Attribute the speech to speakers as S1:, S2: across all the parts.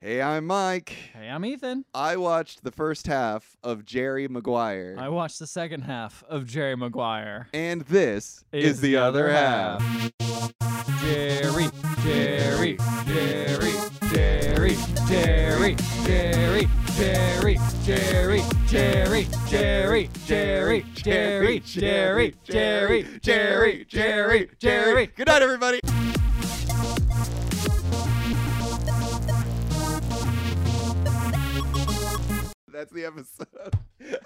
S1: Hey, I'm Mike.
S2: Hey, I'm Ethan.
S1: I watched the first half of Jerry Maguire,
S2: I watched the second half of Jerry Maguire.
S1: and this is, the, other, half.
S2: Jerry, Jerry, Jerry, Jerry, Jerry, Jerry, Jerry, Jerry, Jerry, Jerry, Jerry, Jerry, Jerry, Jerry, Jerry, Jerry, Jerry.
S1: Good night, everybody. That's the episode.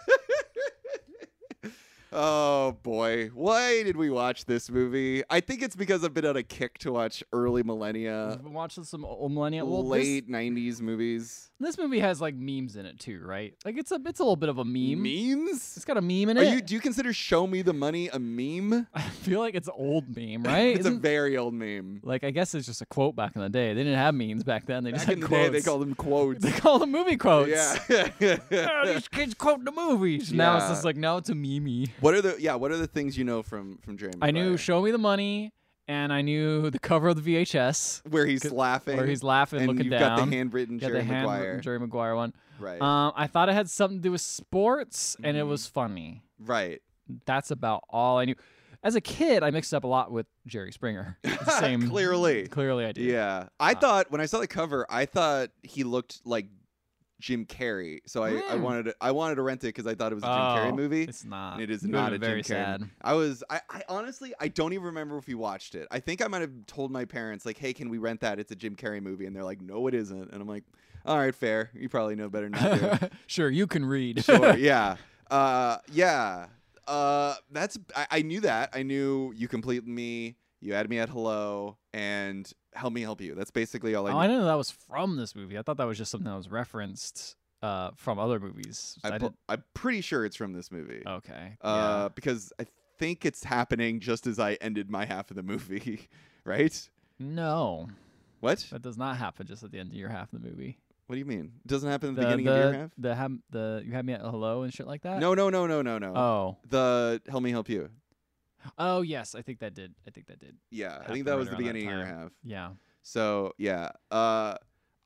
S1: oh boy, why did we watch this movie? I think it's because I've been on a kick to watch early millennia,
S2: We've been watching some old millennial. Well,
S1: late '90s movies.
S2: This, this movie has like memes in it too, right? Like it's a it's a little bit of a meme.
S1: Memes?
S2: It's got a meme in
S1: Are
S2: it.
S1: you? Do you consider "Show Me the Money" a meme?
S2: I feel like it's an old meme, right?
S1: It's a
S2: Isn't-
S1: very old meme.
S2: Like I guess it's just a quote back in the day. They didn't have memes back then. They just
S1: Back
S2: had
S1: in the
S2: quotes.
S1: day, they called them quotes.
S2: They call them movie quotes. Oh,
S1: yeah.
S2: these kids quote the movies. Now it's
S1: Yeah.
S2: just like now it's a meme.
S1: what are the yeah? What are the things you know from from Jerry?
S2: I knew
S1: Maguire?
S2: Show Me the Money, and I knew the cover of the VHS
S1: where he's laughing,
S2: where he's laughing,
S1: and
S2: looking
S1: you've
S2: down.
S1: got the handwritten
S2: Yeah,
S1: Jerry
S2: the hand-
S1: Maguire,
S2: Jerry Maguire one.
S1: right?
S2: Um, I thought it had something to do with sports,
S1: Mm-hmm.
S2: and it was funny.
S1: right.
S2: That's about all I knew. As a kid, I mixed up a lot with Jerry Springer. It's the Same,
S1: Clearly.
S2: clearly I did.
S1: Yeah, I
S2: Uh,
S1: thought when I saw the cover, I thought he looked like Jim Carrey, so I, I
S2: Mm.
S1: wanted to, I wanted to rent it because I thought it was a Jim
S2: Oh,
S1: Carrey movie.
S2: It's not.
S1: It is
S2: Would've
S1: not
S2: been
S1: a Jim
S2: very
S1: Carrey
S2: sad.
S1: I was I, I honestly I don't even remember if we watched it. I think I might have told my parents like, "Hey, can we rent that? It's a Jim Carrey movie." And they're like, "No, it isn't." And I'm like, "All right, fair. You probably know better than I do."
S2: sure, you can read.
S1: sure, yeah, uh, yeah. Uh, that's I, I knew that. I knew you complete me. You had me at hello and help me help you. That's basically all I.
S2: oh,
S1: knew.
S2: I didn't know that was from this movie. I thought that was just something that was referenced uh, from other movies. I,
S1: I
S2: didn't. Oh,
S1: am pretty sure it's from this movie.
S2: Okay.
S1: Uh, because I think it's happening just as I ended my half of the movie, right?
S2: yeah. No,
S1: What?
S2: that does not happen just at the end of your half of the movie.
S1: What do you mean? It doesn't happen at the,
S2: the
S1: beginning
S2: the,
S1: of your half?
S2: the ham- the you had me at hello and shit like that.
S1: No, no, no, no, no, no.
S2: Oh.
S1: The help me help you.
S2: Oh yes, I think that did. I think that did.
S1: Yeah, I think
S2: Happened
S1: that
S2: right
S1: was the
S2: around that
S1: beginning of your
S2: time.
S1: half.
S2: Yeah.
S1: So yeah, uh,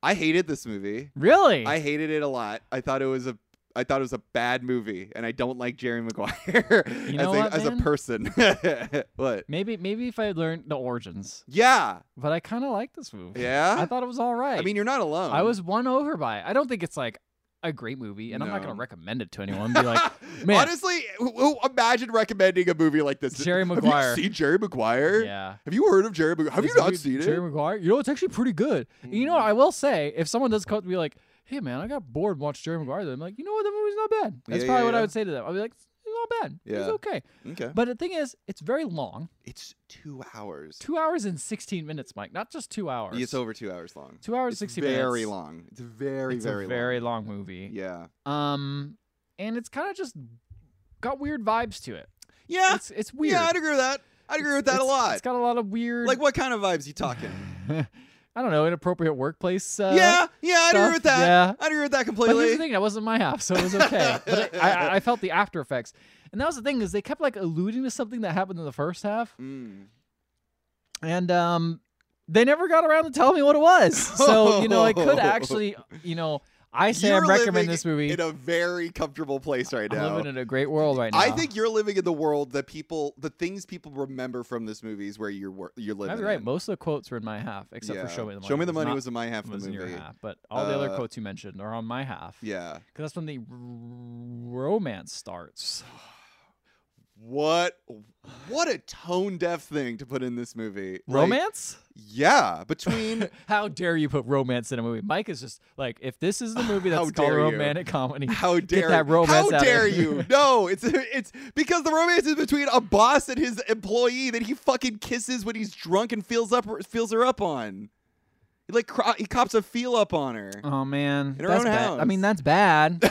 S1: I hated this movie.
S2: Really?
S1: I hated it a lot. I thought it was a I thought it was a bad movie, and I don't like Jerry Maguire
S2: know
S1: as, a,
S2: what,
S1: as a
S2: man?
S1: person. what?
S2: maybe maybe if I had learned the origins,
S1: Yeah,
S2: but I kind of like this movie.
S1: yeah.
S2: I thought it was all right.
S1: I mean, um you're not alone.
S2: I was won over by it. I don't think it's like a great movie, and I'm not
S1: No.
S2: gonna recommend it to anyone. Be like, man,
S1: Honestly, who, who- imagine recommending a movie like this.
S2: Jerry Maguire.
S1: Have you seen Jerry Maguire?
S2: yeah.
S1: Have you heard of Jerry Maguire? Have you
S2: Is
S1: not
S2: it
S1: seen
S2: Jerry
S1: it?
S2: Maguire? You know, it's actually pretty good. And You know,
S1: Mhm.
S2: I will say, if someone does come up to me like, "Hey, man, I got bored and watched Jerry Maguire," then I'm like, "You know what? That movie's not bad." That's
S1: Yeah,
S2: probably
S1: yeah,
S2: what
S1: yeah.
S2: I would say to them. I'll be like, "It's not bad.
S1: Yeah.
S2: It's okay."
S1: Okay.
S2: But the thing is, it's very long.
S1: It's two hours.
S2: Two hours and sixteen minutes, Mike. Not just two hours.
S1: It's over two hours long.
S2: two hours
S1: It's
S2: sixty
S1: very
S2: minutes.
S1: long. It's very,
S2: It's
S1: very,
S2: a very long, movie.
S1: long. Yeah.
S2: Um, and it's kind of just got weird vibes to it.
S1: Yeah.
S2: It's it's weird.
S1: Yeah, I'd agree with that. I'd agree with that a
S2: It's-
S1: lot.
S2: It's got a lot of weird.
S1: like, what kind of vibes you talking?
S2: I don't know, inappropriate workplace. Uh,
S1: yeah, yeah, I'd agree
S2: stuff,
S1: with that.
S2: yeah.
S1: I'd agree with that
S2: But here's
S1: completely.
S2: the thing, that wasn't my half, so it was okay. but I, I, I felt the after effects, and that was the thing is they kept like alluding to something that happened in the first half,
S1: Mm.
S2: and um, they never got around to telling me what it was. So you know, I could actually, you know, I say
S1: You're
S2: I'm recommending
S1: living
S2: this movie.
S1: Mm. in a very comfortable place right
S2: I'm
S1: now.
S2: living in a great world right now.
S1: I think you're living in the world that people, the things people remember from this movie is where you're wor- you're living.
S2: I'd be right.
S1: in.
S2: Most of the quotes were in my half, except for
S1: Yeah.
S2: "Show Me the Money."
S1: Show me the
S2: It
S1: money
S2: not-
S1: was in my half of
S2: was
S1: the
S2: in your
S1: movie.
S2: half, but all the other
S1: Uh,
S2: quotes you mentioned are on my half.
S1: Yeah.
S2: because that's when the r- romance starts.
S1: What what a tone deaf thing to put in this movie. Like,
S2: Romance?
S1: Yeah, between
S2: How dare you put romance in a movie? Mike is just like, if this is the movie
S1: How
S2: that's called
S1: dare you.
S2: romantic comedy,
S1: How dare
S2: that romance
S1: How
S2: out of
S1: dare
S2: here.
S1: you? No, it's it's because the romance is between a boss and his employee that he fucking kisses when he's drunk and feels up feels her up on. He like cro- he cops a feel up on her.
S2: oh man,
S1: In her
S2: that's
S1: own
S2: bad. I
S1: house.
S2: mean, that's bad.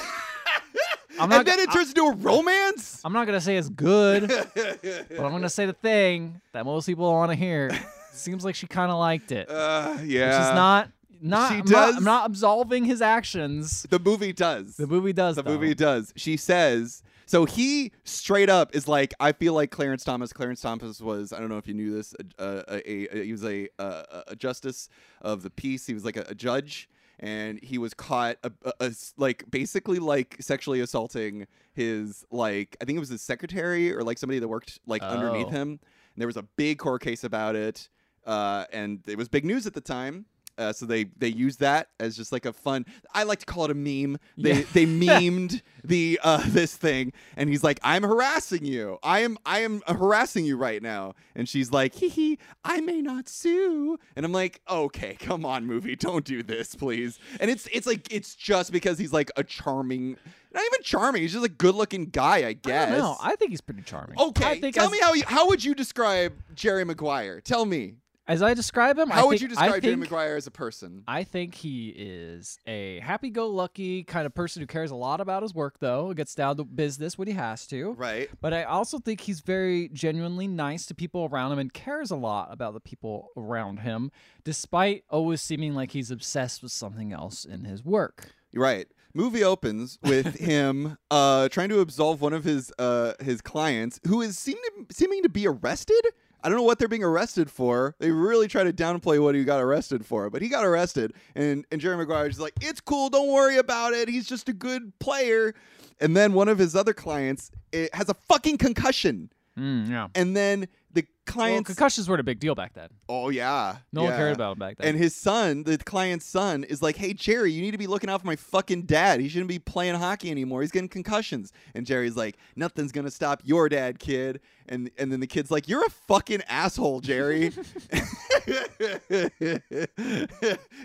S2: I'm
S1: and
S2: not.
S1: then
S2: gonna-
S1: it turns into a romance. Uh,
S2: I'm not gonna say it's good, but I'm gonna say the thing that most people want to hear. Seems like she kind of liked it, which
S1: uh, yeah.
S2: is not not.
S1: She
S2: I'm not-
S1: does-
S2: I'm not absolving his actions.
S1: the movie does.
S2: The movie does.
S1: The
S2: though.
S1: movie does. She says so. He straight up is like, I feel like Clarence Thomas. Clarence Thomas was, I don't know if you knew this, a, a, a, a- he was a, a, a justice of the peace. He was like a, a judge, and he was caught uh, uh, uh, s- like basically like sexually assaulting his like I think it was his secretary or like somebody that worked like underneath
S2: Oh.
S1: him. And there was a big court case about it, uh, and it was big news at the time. Uh, so they they used that as just like a fun. I like to call it a meme. They
S2: Yeah.
S1: they memed the uh, this thing, and he's like, "I'm harassing you. I am I am harassing you right now." And she's like, "Hee hee, I may not sue." And I'm like, "Okay, come on, movie, don't do this, please." And it's it's like it's just because he's like a charming, not even charming. He's just a good looking guy, I guess.
S2: I don't know. I think he's pretty charming.
S1: okay,
S2: I think
S1: tell
S2: as,
S1: me how you, how would you describe Jerry Maguire? Tell me
S2: as I describe him. I
S1: how would
S2: think-
S1: you
S2: I
S1: describe Jerry
S2: think-
S1: Maguire as a person?
S2: I think he is a happy-go-lucky kind of person who cares a lot about his work, though. Gets down to business when he has to.
S1: Right.
S2: But I also think he's very genuinely nice to people around him and cares a lot about the people around him, despite always seeming like he's obsessed with something else in his work.
S1: You're Right. Movie opens with him uh, trying to absolve one of his uh, his clients who is seem to, seeming to be arrested. I don't know what they're being arrested for. They really try to downplay what he got arrested for, but he got arrested. And and Jerry Maguire is like, "It's cool. Don't worry about it. He's just a good player." And then one of his other clients it, has a fucking concussion.
S2: Mm, yeah.
S1: And then the
S2: Well,
S1: client's
S2: concussions weren't a big deal back then.
S1: oh yeah,
S2: No one
S1: yeah.
S2: cared about him back then.
S1: And his son, the client's son, is like, "Hey Jerry, you need to be looking out for my fucking dad. He shouldn't be playing hockey anymore. He's getting concussions." And Jerry's like, "Nothing's gonna stop your dad, kid." And and then the kid's like, "You're a fucking asshole, Jerry."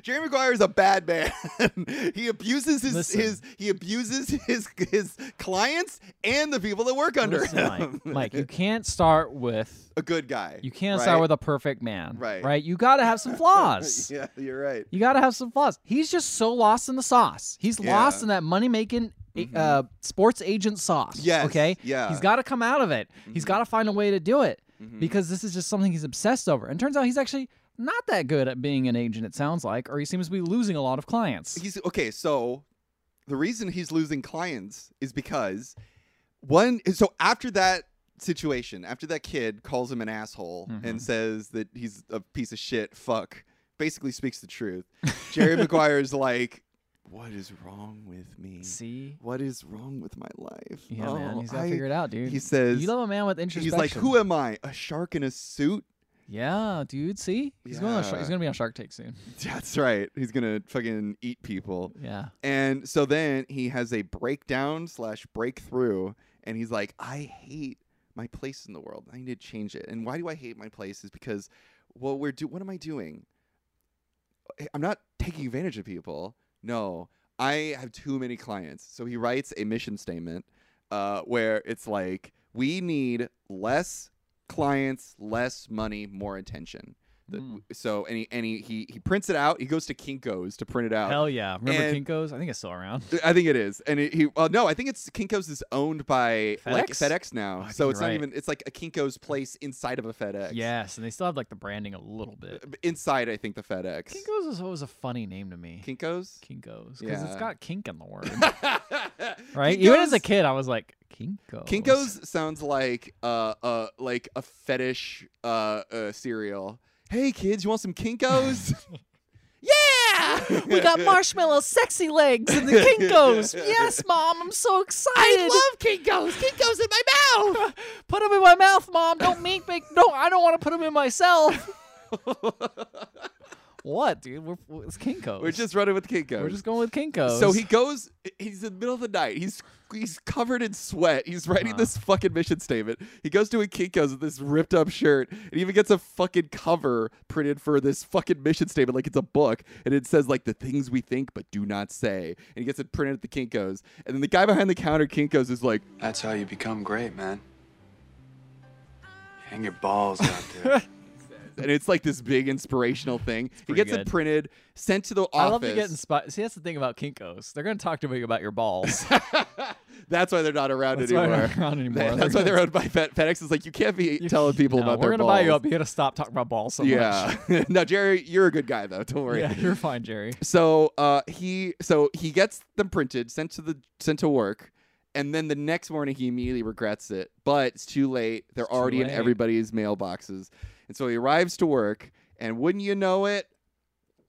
S1: Jerry Maguire is a bad man. he abuses his,
S2: Listen.
S1: his he abuses his his clients and the people that work under
S2: Listen,
S1: him.
S2: Mike, Mike, you can't start with
S1: a good guy.
S2: you can't
S1: right?
S2: start with a perfect man.
S1: Right.
S2: Right. You got to have some flaws.
S1: Yeah, you're right.
S2: You got to have some flaws. He's just so lost in the sauce. He's lost
S1: Yeah. Mm-hmm.
S2: in that money making uh, sports agent sauce.
S1: Yes,
S2: Okay.
S1: yeah. Mm-hmm.
S2: He's got to come out of it. He's got to find a way to do it
S1: Mhm.
S2: because this is just something he's obsessed over. And turns out he's actually not that good at being an agent. It sounds like, or he seems to be losing a lot of clients.
S1: he's okay so the reason he's losing clients is because one so after that situation after that kid calls him an asshole
S2: Mm-hmm.
S1: and says that he's a piece of shit fuck basically speaks the truth jerry maguire is like what is wrong with me
S2: See.
S1: what is wrong with my life
S2: Yeah,
S1: oh,
S2: man. He's got to
S1: I-
S2: figure it out, dude.
S1: he says
S2: you love a man with introspection.
S1: he's like who am i a shark in a suit
S2: Yeah, dude. See, he's going. On Shar-
S1: Yeah.
S2: he's going to be on Shark Tank soon.
S1: that's right he's gonna fucking eat people
S2: Yeah.
S1: And so then he has a breakdown slash breakthrough, and he's like, I hate my place in the world. I need to change it. And why do I hate my place? Is because what we're do what am I doing? I'm not taking advantage of people. No, I have too many clients. So he writes a mission statement uh, where it's like, we need less clients, less money, more attention. The-
S2: Mm.
S1: So and he, and he, he he prints it out. He goes to Kinko's to print it out.
S2: Hell yeah! Remember
S1: and-
S2: Kinkos? I think it's still around.
S1: I think it is, and it, he. Well, no, I think it's Kinkos is owned by like
S2: FedEx? Oh,
S1: FedEx now,
S2: I think
S1: so
S2: you're
S1: it's
S2: right.
S1: not even. It's like a Kinkos place inside of a FedEx.
S2: Yes, and they still have like the branding a little bit.
S1: inside I think the FedEx.
S2: Kinkos is always a funny name to me.
S1: Kinkos.
S2: Kinkos, because it's
S1: Yeah.
S2: got kink in the word,
S1: right,
S2: right? Even as a kid, I was like Kinkos.
S1: Kinkos sounds like uh uh like a fetish uh, uh cereal. Hey kids, you want some Kinkos? yeah,
S2: We got marshmallow sexy legs in the Kinkos. yes, mom, I'm so excited.
S1: I love Kinkos. Kinkos in my mouth.
S2: Put them in my mouth, mom. Don't make me. No, I don't want to put them in myself. what, dude? We're, we're- it's Kinkos.
S1: We're just running with Kinkos.
S2: we're just going with Kinkos.
S1: So he goes. He's in the middle of the night. He's he's covered in sweat. He's writing
S2: Uh-huh.
S1: this fucking mission statement. He goes to a Kinko's with this ripped up shirt, and he even gets a fucking cover printed for this fucking mission statement, like it's a book, and it says like the things we think but do not say. And he gets it printed at the Kinko's, and then the guy behind the counter at Kinko's is like,
S3: That's how you become great, man. Hang your balls out there.
S1: and it's like this big inspirational thing. He
S2: pretty
S1: gets it
S2: good.
S1: printed, sent to the office.
S2: I love to get inspired. See, that's the thing about Kinkos. They're going to talk to me about your balls.
S1: That's why they're not around
S2: That's why
S1: anymore.
S2: they're not around anymore.
S1: They- That's why they're owned by Fed- FedEx. Is like you can't be telling people
S2: No,
S1: about
S2: we're
S1: their
S2: gonna buy you
S1: balls.
S2: up. You gotta stop talking about balls so much.
S1: Yeah. no, Jerry, you're a good guy though. Don't worry.
S2: Yeah, you're fine, Jerry.
S1: So uh, he so he gets them printed, sent to the sent to work, and then the next morning he immediately regrets it. But it's too late. They're
S2: It's too
S1: already in
S2: late.
S1: everybody's mailboxes, and so he arrives to work, and wouldn't you know it,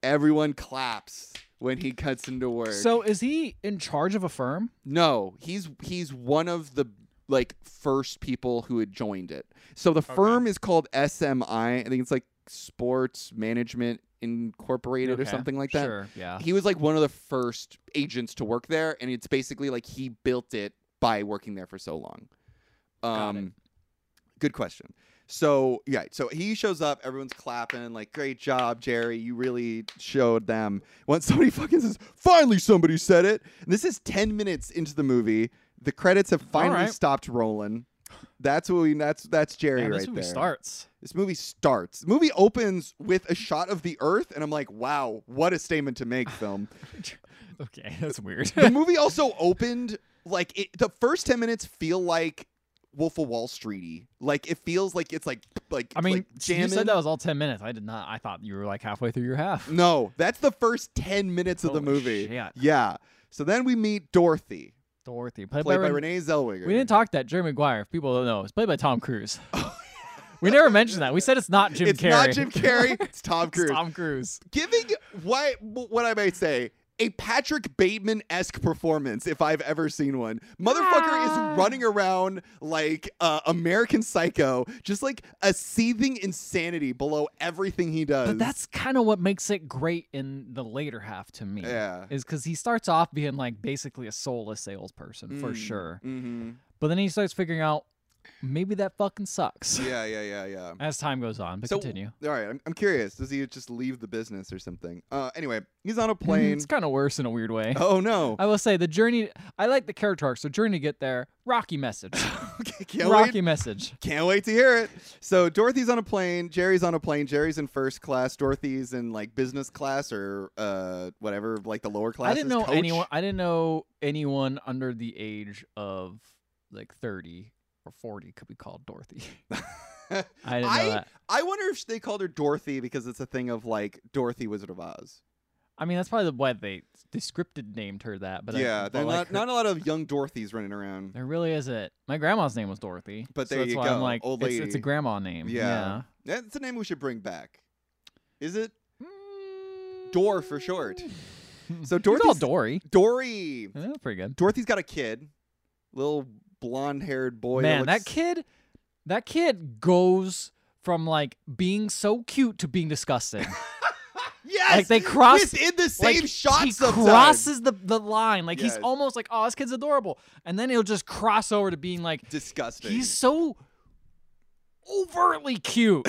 S1: everyone claps. when he cuts into work.
S2: So is he in charge of a firm?
S1: No, he's he's one of the like first people who had joined it. So the firm is called SMI. I think it's like Sports Management Incorporated or
S2: Okay,
S1: something like that.
S2: Sure. Yeah.
S1: He was like one of the first agents to work there, and it's basically like he built it by working there for so long.
S2: Got it.
S1: Um, good question. So yeah, so he shows up, everyone's clapping, like, great job, Jerry. You really showed them. Once somebody fucking says, finally somebody said it. And this is ten minutes into the movie. The credits have finally
S2: right.
S1: stopped rolling. That's what we that's that's Jerry
S2: Man,
S1: right
S2: this movie
S1: there.
S2: starts.
S1: This movie starts. The movie opens with a shot of the earth, and I'm like, wow, what a statement to make, film.
S2: Okay, that's weird.
S1: the movie also opened like it, the first 10 minutes feel like Wolf of Wall Streety. Like it feels like it's like like
S2: I mean,
S1: like
S2: you
S1: jamming.
S2: said that was all ten minutes. I did not. I thought you were like halfway through your half.
S1: no, that's the first 10 minutes of the
S2: Holy
S1: movie.
S2: shit.
S1: Yeah. So then we meet Dorothy,
S2: Dorothy, played,
S1: played
S2: by,
S1: by
S2: Ren-
S1: Renee Zellweger.
S2: We didn't talk that Jerry Maguire. If people don't know, it's played by Tom Cruise. we never mentioned that. We said it's not Jim
S1: it's
S2: Carrey.
S1: not Jim Carrey, it's Tom
S2: It's
S1: Cruise.
S2: Tom Cruise.
S1: Giving what what I might say a Patrick Bateman esque performance, if I've ever seen one. Motherfucker is running around like uh, American Psycho, just like a seething insanity below everything he does.
S2: But that's kind of what makes it great in the later half to me.
S1: Yeah.
S2: Is because he starts off being like basically a soulless salesperson for
S1: Mm.
S2: sure.
S1: Mm-hmm.
S2: But then he starts figuring out maybe that fucking sucks
S1: Yeah, yeah, yeah, yeah.
S2: as time goes on. But
S1: So-
S2: continue.
S1: All right, I'm, I'm curious. Does he just leave the business or something? Uh, anyway, he's on a plane.
S2: It's kind of worse in a weird way.
S1: oh no!
S2: I will say the journey. I like the character arc. So journey to get there. Rocky message.
S1: okay, can't wait.
S2: Rocky message.
S1: Can't wait to hear it. So Dorothy's on a plane. Jerry's on a plane. Jerry's in first class. Dorothy's in like business class or uh whatever, like the lower class.
S2: I didn't know anyone. I didn't know anyone under the age of like thirty or forty could be called Dorothy. I didn't know
S1: I-
S2: that.
S1: I wonder if they called her Dorothy because it's a thing of like Dorothy Wizard of Oz.
S2: I mean, that's probably the- why they they scripted named her that. But I-
S1: yeah,
S2: but
S1: they're
S2: like
S1: not,
S2: her-
S1: not a lot of young Dorothys running around.
S2: There really isn't. My grandma's name was Dorothy,
S1: But
S2: so
S1: there
S2: that's
S1: you
S2: why I'm
S1: go,
S2: like,
S1: old
S2: it's, it's a
S1: lady.
S2: grandma name.
S1: Yeah. That's a name we should bring back. Is it
S2: yeah.
S1: Dor Mm. for short? So
S2: She's all
S1: Dorothy's
S2: Dory.
S1: Dory.
S2: Yeah, That's pretty good.
S1: Dorothy's got a kid, little blonde-haired boy. that
S2: Man, that
S1: looks-
S2: kid, that kid goes from like being so cute to being disgusting.
S1: Yes,
S2: like they cross
S1: within the same
S2: like,
S1: shot.
S2: He
S1: sometimes.
S2: crosses the, the line. Like
S1: Yes.
S2: he's almost like, oh, this kid's adorable, and then he'll just cross over to being like,
S1: disgusting.
S2: he's so overtly cute.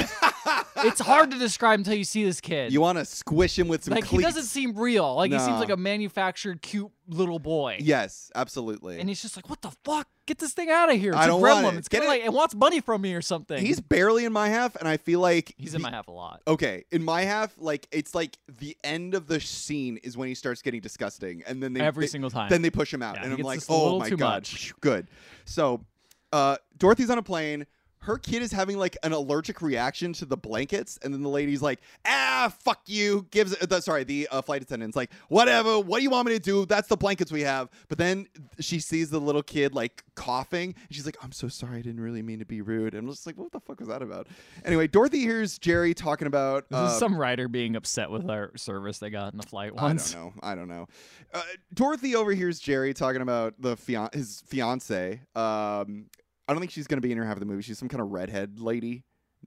S2: it's hard to describe until you see this kid.
S1: you want to squish him with some
S2: like
S1: cleats.
S2: he doesn't seem real. Like he
S1: Nah.
S2: seems like a manufactured, cute little boy.
S1: Yes, absolutely.
S2: And he's just like, what the fuck? Get this thing out of here! It's
S1: I
S2: a
S1: don't
S2: gremlin.
S1: want it.
S2: It's
S1: Get
S2: gonna
S1: it-
S2: like it wants money from me or something.
S1: he's barely in my half, and I feel like
S2: he's
S1: the-
S2: in my half a lot.
S1: Okay, in my half, like it's like the end of the scene is when he starts getting disgusting, and then they
S2: Every
S1: they-
S2: single time.
S1: Then they push him out,
S2: Yeah, he
S1: and I'm
S2: gets
S1: like,
S2: just a
S1: oh
S2: little
S1: my
S2: too
S1: god,
S2: much.
S1: good. So, uh, Dorothy's on a plane. Her kid is having like an allergic reaction to the blankets, and then the lady's like, "Ah, fuck you!" Gives uh, the, sorry, the uh, flight attendant's like, "Whatever. What do you want me to do? That's the blankets we have." But then she sees the little kid like coughing, and she's like, "I'm so sorry. I didn't really mean to be rude." And I'm just like, "What the fuck was that about?" Anyway, Dorothy hears Jerry talking about
S2: This
S1: uh,
S2: is some writer being upset with our service they got in the flight
S1: I
S2: once.
S1: don't know. I don't know. Uh, Dorothy overhears Jerry talking about the fian- his fiance. Um, I don't think she's going to be in her half of the movie. She's some kind of redhead lady.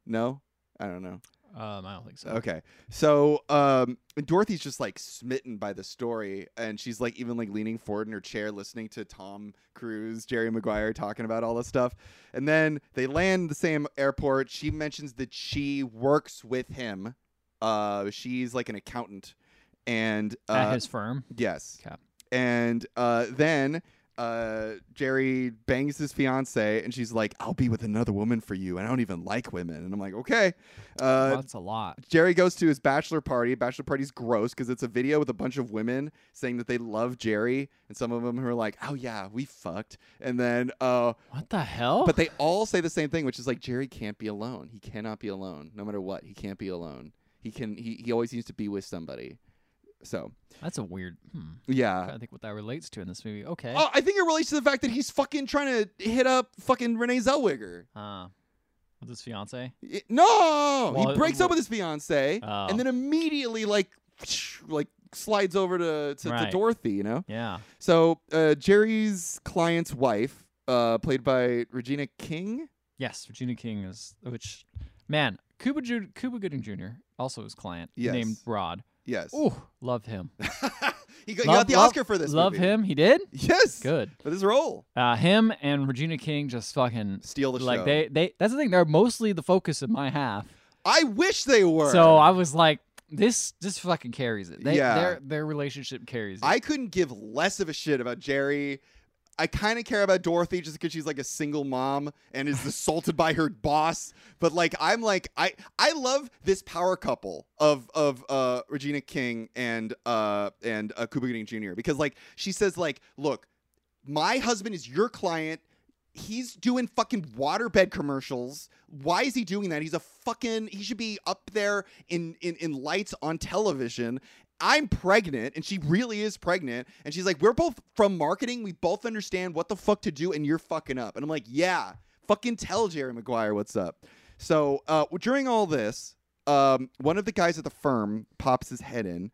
S1: No, I don't know.
S2: Um, I don't think so.
S1: Okay, so um, Dorothy's just like smitten by the story, and she's like even like leaning forward in her chair, listening to Tom Cruise, Jerry Maguire talking about all this stuff. And then they land the same airport. She mentions that she works with him. Uh, she's like an accountant, and
S2: At
S1: uh,
S2: his firm.
S1: Yes.
S2: Okay.
S1: And uh, then uh, Jerry bangs his fiance, and she's like, "I'll be with another woman for you." And I don't even like women. And I'm like, "Okay."
S2: Well,
S1: Uh,
S2: that's a lot.
S1: Jerry goes to his bachelor party. Bachelor party's gross because it's a video with a bunch of women saying that they love Jerry, and some of them who are like, "Oh yeah, we fucked," and then, uh,
S2: What the hell?
S1: but they all say the same thing, which is like, Jerry can't be alone. He cannot be alone, no matter what. He can't be alone. He can. He he always needs to be with somebody. So
S2: that's a weird. Hmm.
S1: yeah,
S2: I think what that relates to in this movie. Okay.
S1: Oh, I think it relates to the fact that he's fucking trying to hit up fucking Renee Zellweger.
S2: Uh, with his fiance.
S1: It- no,
S2: Well,
S1: he breaks
S2: it-
S1: up with his fiance
S2: Oh.
S1: and then immediately like, like slides over to to, to
S2: Right.
S1: Dorothy, you know.
S2: Yeah.
S1: So uh, Jerry's client's wife, uh, played by Regina King.
S2: Yes, Regina King is which man, Cuba Ju- Cuba Gooding Jr. also his client
S1: Yes.
S2: named Rod.
S1: Yes.
S2: Ooh, love him.
S1: he got, he
S2: Love-
S1: got the
S2: love-
S1: Oscar for this.
S2: Love
S1: movie.
S2: him. He did?
S1: Yes.
S2: Good.
S1: But his role.
S2: Uh, him and Regina King just fucking
S1: Steal the
S2: like
S1: show.
S2: they they that's the thing they're mostly the focus of my half.
S1: I wish they were.
S2: So I was like this this fucking carries it. They,
S1: Yeah.
S2: their their relationship carries it.
S1: I couldn't give less of a shit about Jerry. I kind of care about Dorothy just because she's like a single mom and is assaulted by her boss. But like, I'm like, I I love this power couple of of uh, Regina King and uh and uh, Cuba Gooding Jr. because like she says like, look, my husband is your client. He's doing fucking waterbed commercials. Why is he doing that? He's a fucking he should be up there in in, in lights on television. I'm pregnant and she really is pregnant and she's like we're both from marketing, we both understand what the fuck to do and you're fucking up. And I'm like, "Yeah, fucking tell Jerry Maguire what's up." So, uh during all this, um one of the guys at the firm pops his head in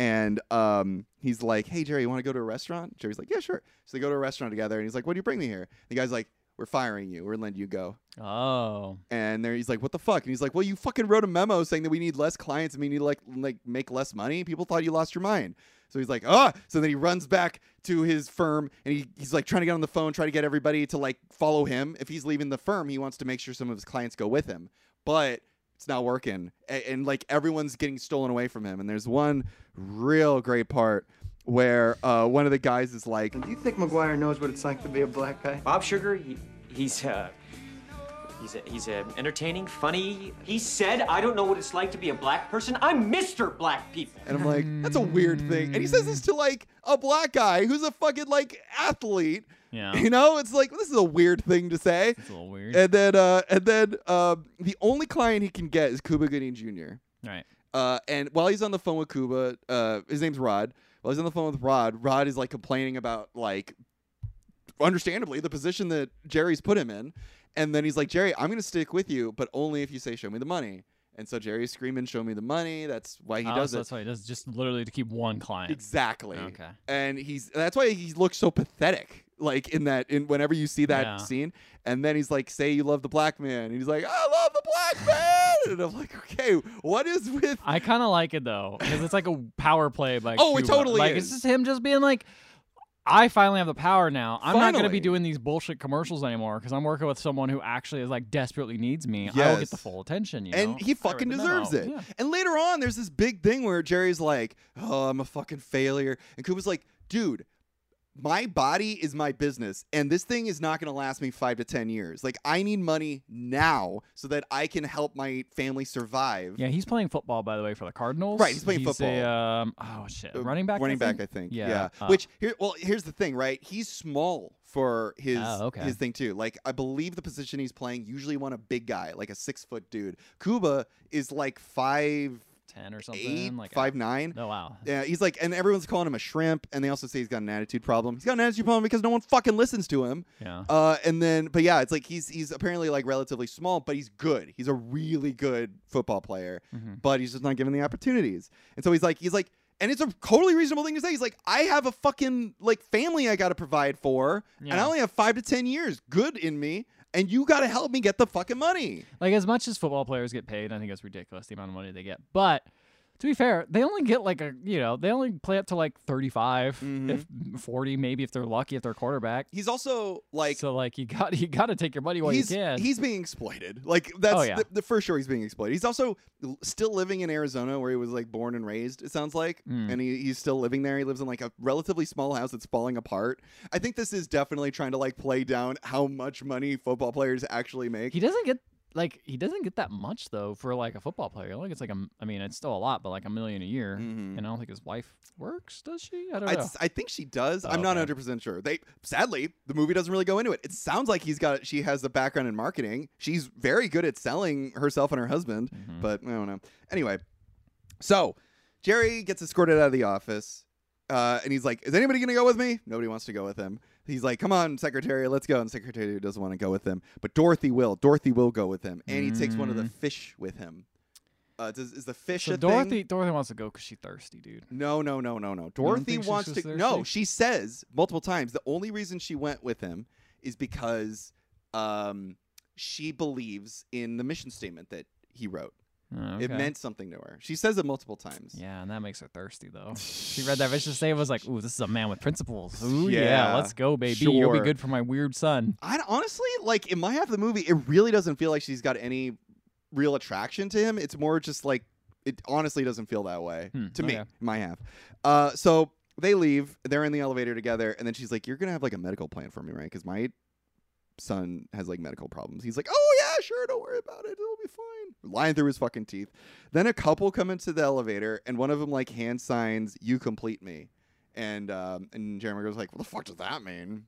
S1: and um, he's like, "Hey Jerry, you want to go to a restaurant?" Jerry's like, "Yeah, sure." So they go to a restaurant together, and he's like, "What do you bring me here?" The guy's like, "We're firing you. We're letting you go."
S2: oh.
S1: And there he's like, "What the fuck?" And he's like, "Well, you fucking wrote a memo saying that we need less clients and we need to like like make less money. People thought you lost your mind." So he's like, "Ah!" So then he runs back to his firm and he, he's like trying to get on the phone, try to get everybody to like follow him. If he's leaving the firm, he wants to make sure some of his clients go with him, but it's not working. A- and like everyone's getting stolen away from him. And there's one real great part where uh, one of the guys is like,
S4: Do you think McGuire knows what it's like to be a black guy?
S5: Bob Sugar, he, he's uh, he's a, he's a entertaining, funny. He said, "I don't know what it's like to be a black person. I'm Mr. Black People."
S1: And I'm like, that's a weird thing. And he says this
S2: Hmm.
S1: to like a black guy who's a fucking like athlete.
S2: Yeah.
S1: You know, it's like this is a weird thing to say.
S2: It's a little weird.
S1: And then uh and then uh, the only client he can get is Cuba Gooding Jr.
S2: right.
S1: Uh, and while he's on the phone with Cuba, uh, his name's Rod. While he's on the phone with Rod, Rod is like complaining about like, understandably, the position that Jerry's put him in. And then he's like, Jerry, I'm gonna stick with you, but only if you say, "Show me the money." And so Jerry's screaming, "Show me the money!" That's why he
S2: Oh,
S1: does
S2: so
S1: it.
S2: That's why he does it, just literally to keep one client.
S1: Exactly.
S2: Okay.
S1: And he's that's why he looks so pathetic. Like in that in whenever you see that
S2: Yeah.
S1: scene. And then he's like, say you love the black man. And he's like, I love the black man. And I'm like, okay, what is with
S2: I kind of like it though because it's like a power play by.
S1: Oh, it
S2: Cuba.
S1: totally
S2: Like
S1: is.
S2: it's just him just being like, I finally have the power now. I'm not going to
S1: Finally.
S2: be doing these bullshit commercials anymore because I'm working with someone who actually is like desperately needs me. I will get the
S1: Yes.
S2: full attention. You know?
S1: and
S2: I
S1: he
S2: read
S1: fucking
S2: the
S1: deserves
S2: memo.
S1: it.
S2: Yeah.
S1: And later on, there's this big thing where Jerry's like, "Oh, I'm a fucking failure," and Cuba's like, "Dude, my body is my business, and this thing is not going to last me five to ten years. Like, I need money now so that I can help my family survive."
S2: Yeah, he's playing football by the way for the Cardinals.
S1: Right, he's playing
S2: A,
S1: football.
S2: um, oh shit,
S1: Uh,
S2: running back.
S1: running
S2: I think?
S1: back, I think.
S2: Yeah,
S1: Yeah.
S2: uh,
S1: Which here, well, here's the thing, right? He's small for his
S2: Oh, okay.
S1: his thing too. Like I believe the position he's playing usually want a big guy, like a six foot dude. Cuba is like five
S2: ten or something.
S1: eight,
S2: like
S1: five nine.
S2: Oh wow.
S1: Yeah, he's like, and everyone's calling him a shrimp, and they also say he's got an attitude problem. He's got an attitude problem because no one fucking listens to him.
S2: Yeah.
S1: Uh, and then, but yeah, it's like he's he's apparently like relatively small, but he's good. He's a really good football player,
S2: Mm-hmm.
S1: but he's just not given the opportunities. And so he's like, he's like, and it's a totally reasonable thing to say. He's like, I have a fucking like family I got to provide for, and I
S2: Yeah.
S1: only have five to ten years good in me, and you got to help me get the fucking money.
S2: Like as much as football players get paid, I think it's ridiculous the amount of money they get. But to be fair, they only get like a you know they only play up to like thirty
S1: Mm-hmm.
S2: if forty maybe if they're lucky if they're quarterback.
S1: He's also like
S2: so like you got you got to take your money while
S1: he's
S2: you can.
S1: he's being exploited. Like that's
S2: Oh, yeah.
S1: the, the for sure he's being exploited. He's also l- still living in Arizona where he was like born and raised. It sounds like,
S2: Hmm.
S1: and he, he's still living there. He lives in like a relatively small house that's falling apart. I think this is definitely trying to like play down how much money football players actually make.
S2: he doesn't get like he doesn't get that much though for like a football player. I think it's like a m- I mean it's still a lot, but like a million a year.
S1: Mhm.
S2: And I don't think his wife works, does she? I don't
S1: I,
S2: know.
S1: I think she does.
S2: Oh,
S1: I'm not
S2: okay.
S1: 100 percent sure. They sadly the movie doesn't really go into it. It sounds like he's got she has a background in marketing. She's very good at selling herself and her husband,
S2: Mm-hmm.
S1: but I don't know. Anyway, so Jerry gets escorted out of the office, uh, and he's like, "Is anybody gonna go with me?" Nobody wants to go with him. He's like, "Come on, secretary, let's go." And secretary doesn't want to go with him, but Dorothy will. Dorothy will go with him, and he takes one of the fish with him. Uh, does is the fish
S2: Mm. So
S1: a
S2: Dorothy,
S1: thing?
S2: Dorothy wants to go because she's thirsty, dude.
S1: No, no, no, no, no. Dorothy
S2: think she
S1: wants
S2: was
S1: to.
S2: thirsty?
S1: No, she says multiple times the only reason she went with him is because um, she believes in the mission statement that he wrote.
S2: Oh,
S1: It
S2: okay.
S1: meant something to her. She says it multiple times.
S2: Yeah, and that makes her thirsty though. She read that mission statement was like, "Ooh, this is a man with principles. Ooh, yeah,
S1: Yeah,
S2: let's go, baby. You'll be
S1: sure.
S2: good for my weird son."
S1: I honestly like in my half of the movie, it really doesn't feel like she's got any real attraction to him. It's more just like it honestly doesn't feel that way
S2: Hmm,
S1: to me.
S2: okay.
S1: My half. Uh, so they leave. They're in the elevator together, and then she's like, "You're gonna have like a medical plan for me, right? Because my son has like medical problems." He's like, "Oh yeah, sure. Don't worry about it. It'll be fine." Lying through his fucking teeth. Then a couple come into the elevator, and one of them like hand signs, "You complete me." And um, and Jeremy goes like, "What the fuck does that mean?"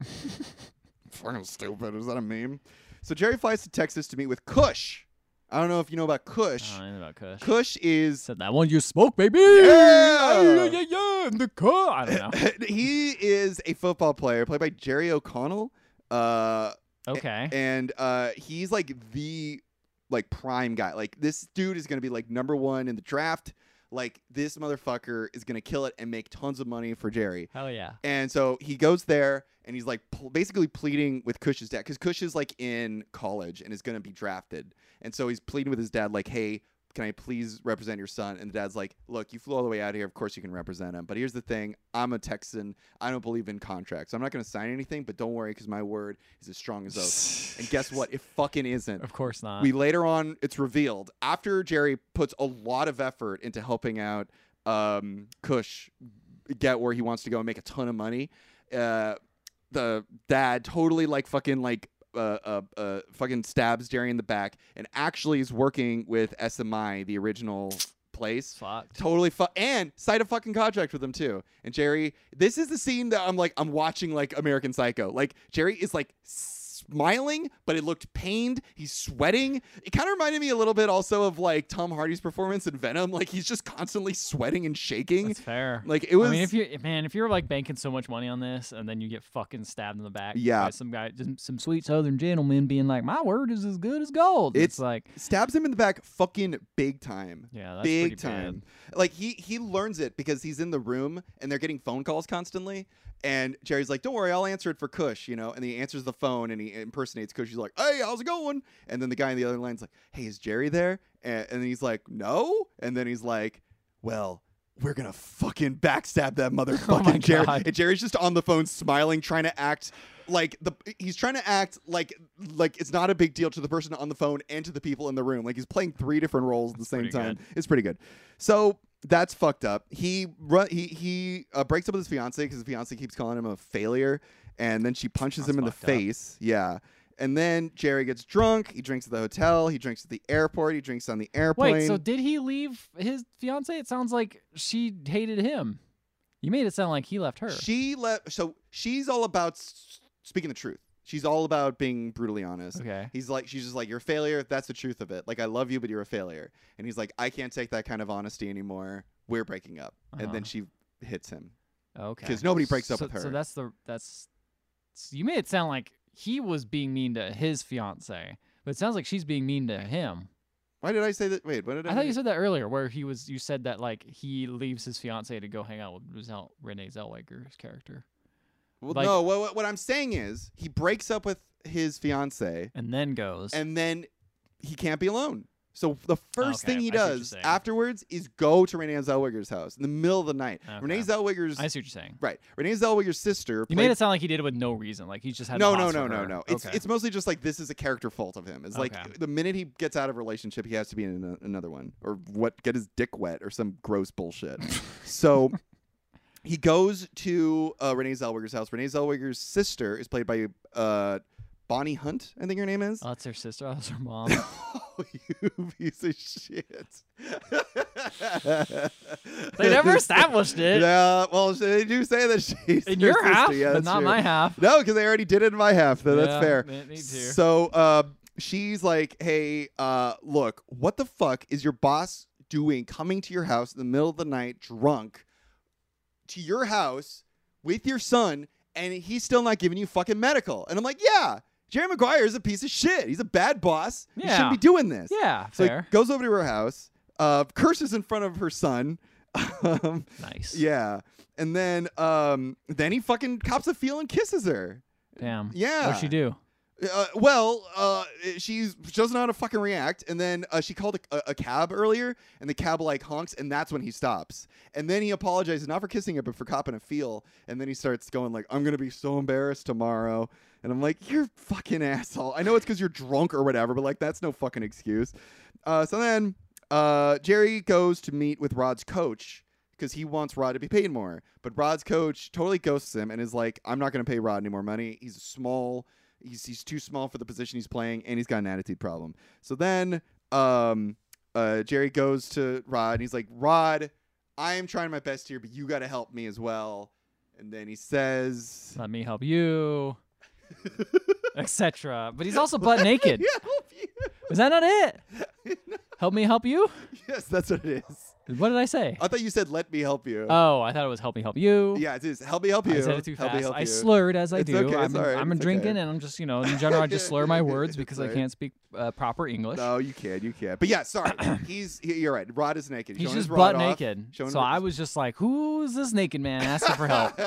S1: Fucking stupid. Is that a meme? So Jerry flies to Texas to meet with Kush. I don't know if you know about Kush.
S2: I don't know Uh, about Kush.
S1: Kush is
S2: Said that one you smoke, baby.
S1: Yeah!
S2: yeah, yeah, yeah. in the car. I don't know.
S1: he is a football player played by Jerry O'Connell. Uh,
S2: Okay.
S1: and uh, he's like the like prime guy. Like this dude is gonna be like number one in the draft. Like this motherfucker is gonna kill it and make tons of money for Jerry.
S2: Hell yeah.
S1: And so he goes there and he's like pl- basically pleading with Cush's dad because Cush is like in college and is going to be drafted. And so he's pleading with his dad, like, hey, can I please represent your son? And the dad's like, look, you flew all the way out here. Of course you can represent him. But here's the thing I'm a Texan. I don't believe in contracts. I'm not going to sign anything, but don't worry because my word is as strong as oath. and guess what? It fucking isn't.
S2: Of course not.
S1: We later on, it's revealed after Jerry puts a lot of effort into helping out um, Kush get where he wants to go and make a ton of money. Uh, the dad totally like fucking like uh, uh, uh, fucking stabs Jerry in the back and actually is working with SMI, the original place.
S2: Fucked.
S1: Totally fu- and signed a fucking contract with him too. And Jerry, this is the scene that I'm like, I'm watching like American Psycho. Like Jerry is like smiling, but it looked pained. He's sweating. It kind of reminded me a little bit also of like Tom Hardy's performance in Venom. Like he's just constantly sweating and shaking.
S2: That's fair.
S1: Like it was.
S2: I mean, if you man, if you're like banking so much money on this, and then you get fucking stabbed in the back
S1: Yeah.
S2: by some guy, just some sweet Southern gentleman, being like, "My word is as good as gold."
S1: It's-
S2: It's, like,
S1: stabs him in the back, fucking big time.
S2: yeah, that's pretty
S1: big
S2: bad.
S1: time. Like he he learns it because he's in the room and they're getting phone calls constantly. And Jerry's like, "Don't worry, I'll answer it for Kush," you know. And he answers the phone and he impersonates Kush. He's like, "Hey, how's it going?" And then the guy on the other line's like, "Hey, is Jerry there?" And, and he's like, "No." And then he's like, "Well." We're gonna fucking backstab that motherfucking Jerry.
S2: Oh God.
S1: And Jerry's just on the phone smiling, trying to act like the he's trying to act like like it's not a big deal to the person on the phone and to the people in the room. Like he's playing three different roles at the same
S2: pretty
S1: time. It's pretty good. So that's fucked up. He ru- he he uh, breaks up with his fiance because his fiance keeps calling him a failure, and then she punches him in the
S2: fucked up.
S1: face. Yeah. And then Jerry gets drunk. He drinks at the hotel. He drinks at the airport. He drinks on the airplane.
S2: Wait, so did he leave his fiance? It sounds like she hated him. You made it sound like he left her.
S1: She left. So she's all about s- speaking the truth. She's all about being brutally honest.
S2: Okay.
S1: He's like, she's just like, you're a failure. That's the truth of it. Like, I love you, but you're a failure. And he's like, I can't take that kind of honesty anymore. We're breaking up. And
S2: Uh-huh.
S1: then she hits him.
S2: okay.
S1: 'cause nobody breaks up
S2: So-
S1: with her.
S2: So that's the that's so you made it sound like he was being mean to his fiance, but it sounds like she's being mean to him.
S1: Why did I say that? Wait, what did I?
S2: I thought you
S1: make-
S2: said that earlier, where he was. You said that like he leaves his fiance to go hang out with Zel- Renee Zellweger's character,
S1: Well,
S2: like-
S1: no. What, what, what I'm saying is, he breaks up with his fiance,
S2: and then goes.
S1: and then he can't be alone. So the first
S2: Okay,
S1: thing he
S2: I see what you're
S1: does
S2: saying.
S1: afterwards is go to Renee Zellweger's house in the middle of the night.
S2: Okay.
S1: Renee Zellweger's
S2: I see what you're saying.
S1: right. Renee Zellweger's sister.
S2: You made it sound like he did it with no reason, like he just had.
S1: no,
S2: the
S1: no,
S2: hots
S1: no,
S2: for
S1: no,
S2: her.
S1: no. It's
S2: Okay.
S1: it's mostly just like this is a character fault of him. It's
S2: Okay.
S1: like the minute he gets out of a relationship, he has to be in an- another one or what get his dick wet or some gross bullshit. so he goes to uh, Renee Zellweger's house. Renee Zellweger's sister is played by uh, Bonnie Hunt. I think her name is.
S2: Oh, that's her sister. Oh, that's her mom.
S1: Oh, you piece of shit.
S2: They never established it.
S1: Yeah, well, they do say that she's
S2: In
S1: her
S2: your
S1: sister.
S2: half,
S1: yeah,
S2: but
S1: that's
S2: not
S1: true.
S2: my half.
S1: No, because they already did it in my half, though.
S2: Yeah,
S1: that's fair.
S2: me- me too.
S1: So uh, she's like, hey, uh, look, what the fuck is your boss doing coming to your house in the middle of the night drunk to your house with your son and he's still not giving you fucking medical? And I'm like, yeah, Jerry Maguire is a piece of shit. He's a bad boss. He
S2: Yeah.
S1: shouldn't be doing this.
S2: Yeah,
S1: So
S2: fair.
S1: he goes over to her house. uh, curses in front of her son. Um,
S2: Nice.
S1: yeah, and then um, then he fucking cops a feel and kisses her.
S2: Damn.
S1: Yeah.
S2: What'd she do?
S1: Uh, well, uh, she's she doesn't know how to fucking react, and then uh, she called a, a, a cab earlier, and the cab like honks, and that's when he stops, and then he apologizes not for kissing her, but for copping a feel, and then he starts going like, "I'm gonna be so embarrassed tomorrow," and I'm like, "You're fucking asshole." I know it's because you're drunk or whatever, but like that's no fucking excuse. Uh, so then uh, Jerry goes to meet with Rod's coach because he wants Rod to be paid more. But Rod's coach totally ghosts him and is like, I'm not going to pay Rod any more money. He's small. He's, he's too small for the position he's playing, and he's got an attitude problem. So then um, uh, Jerry goes to Rod and he's like, Rod, I am trying my best here, but you got to help me as well. And then he says,
S2: Let me help you. Etc. But he's also butt naked.
S1: Yeah, help you.
S2: Is that not it? Help me help you?
S1: Yes, that's what it is.
S2: What did I say?
S1: I thought you said, Let me help you.
S2: oh, I thought it was help me help you.
S1: Uh, yeah, it is. Help me help you.
S2: I said it too
S1: help
S2: fast.
S1: Me, help
S2: I
S1: you.
S2: slurred as I
S1: It's
S2: do.
S1: okay,
S2: I'm,
S1: it's all right,
S2: I'm
S1: it's
S2: drinking
S1: okay.
S2: and I'm just, you know, in general, I just slur my words because I
S1: Sorry.
S2: can't speak uh, proper English.
S1: No, you can't. You can't. But yeah, sorry. he's he, you're right. Rod is naked.
S2: He's
S1: showing his
S2: just
S1: rod
S2: butt
S1: off,
S2: naked.
S1: showing
S2: So
S1: his-
S2: I was just like, who's this naked man asking for help?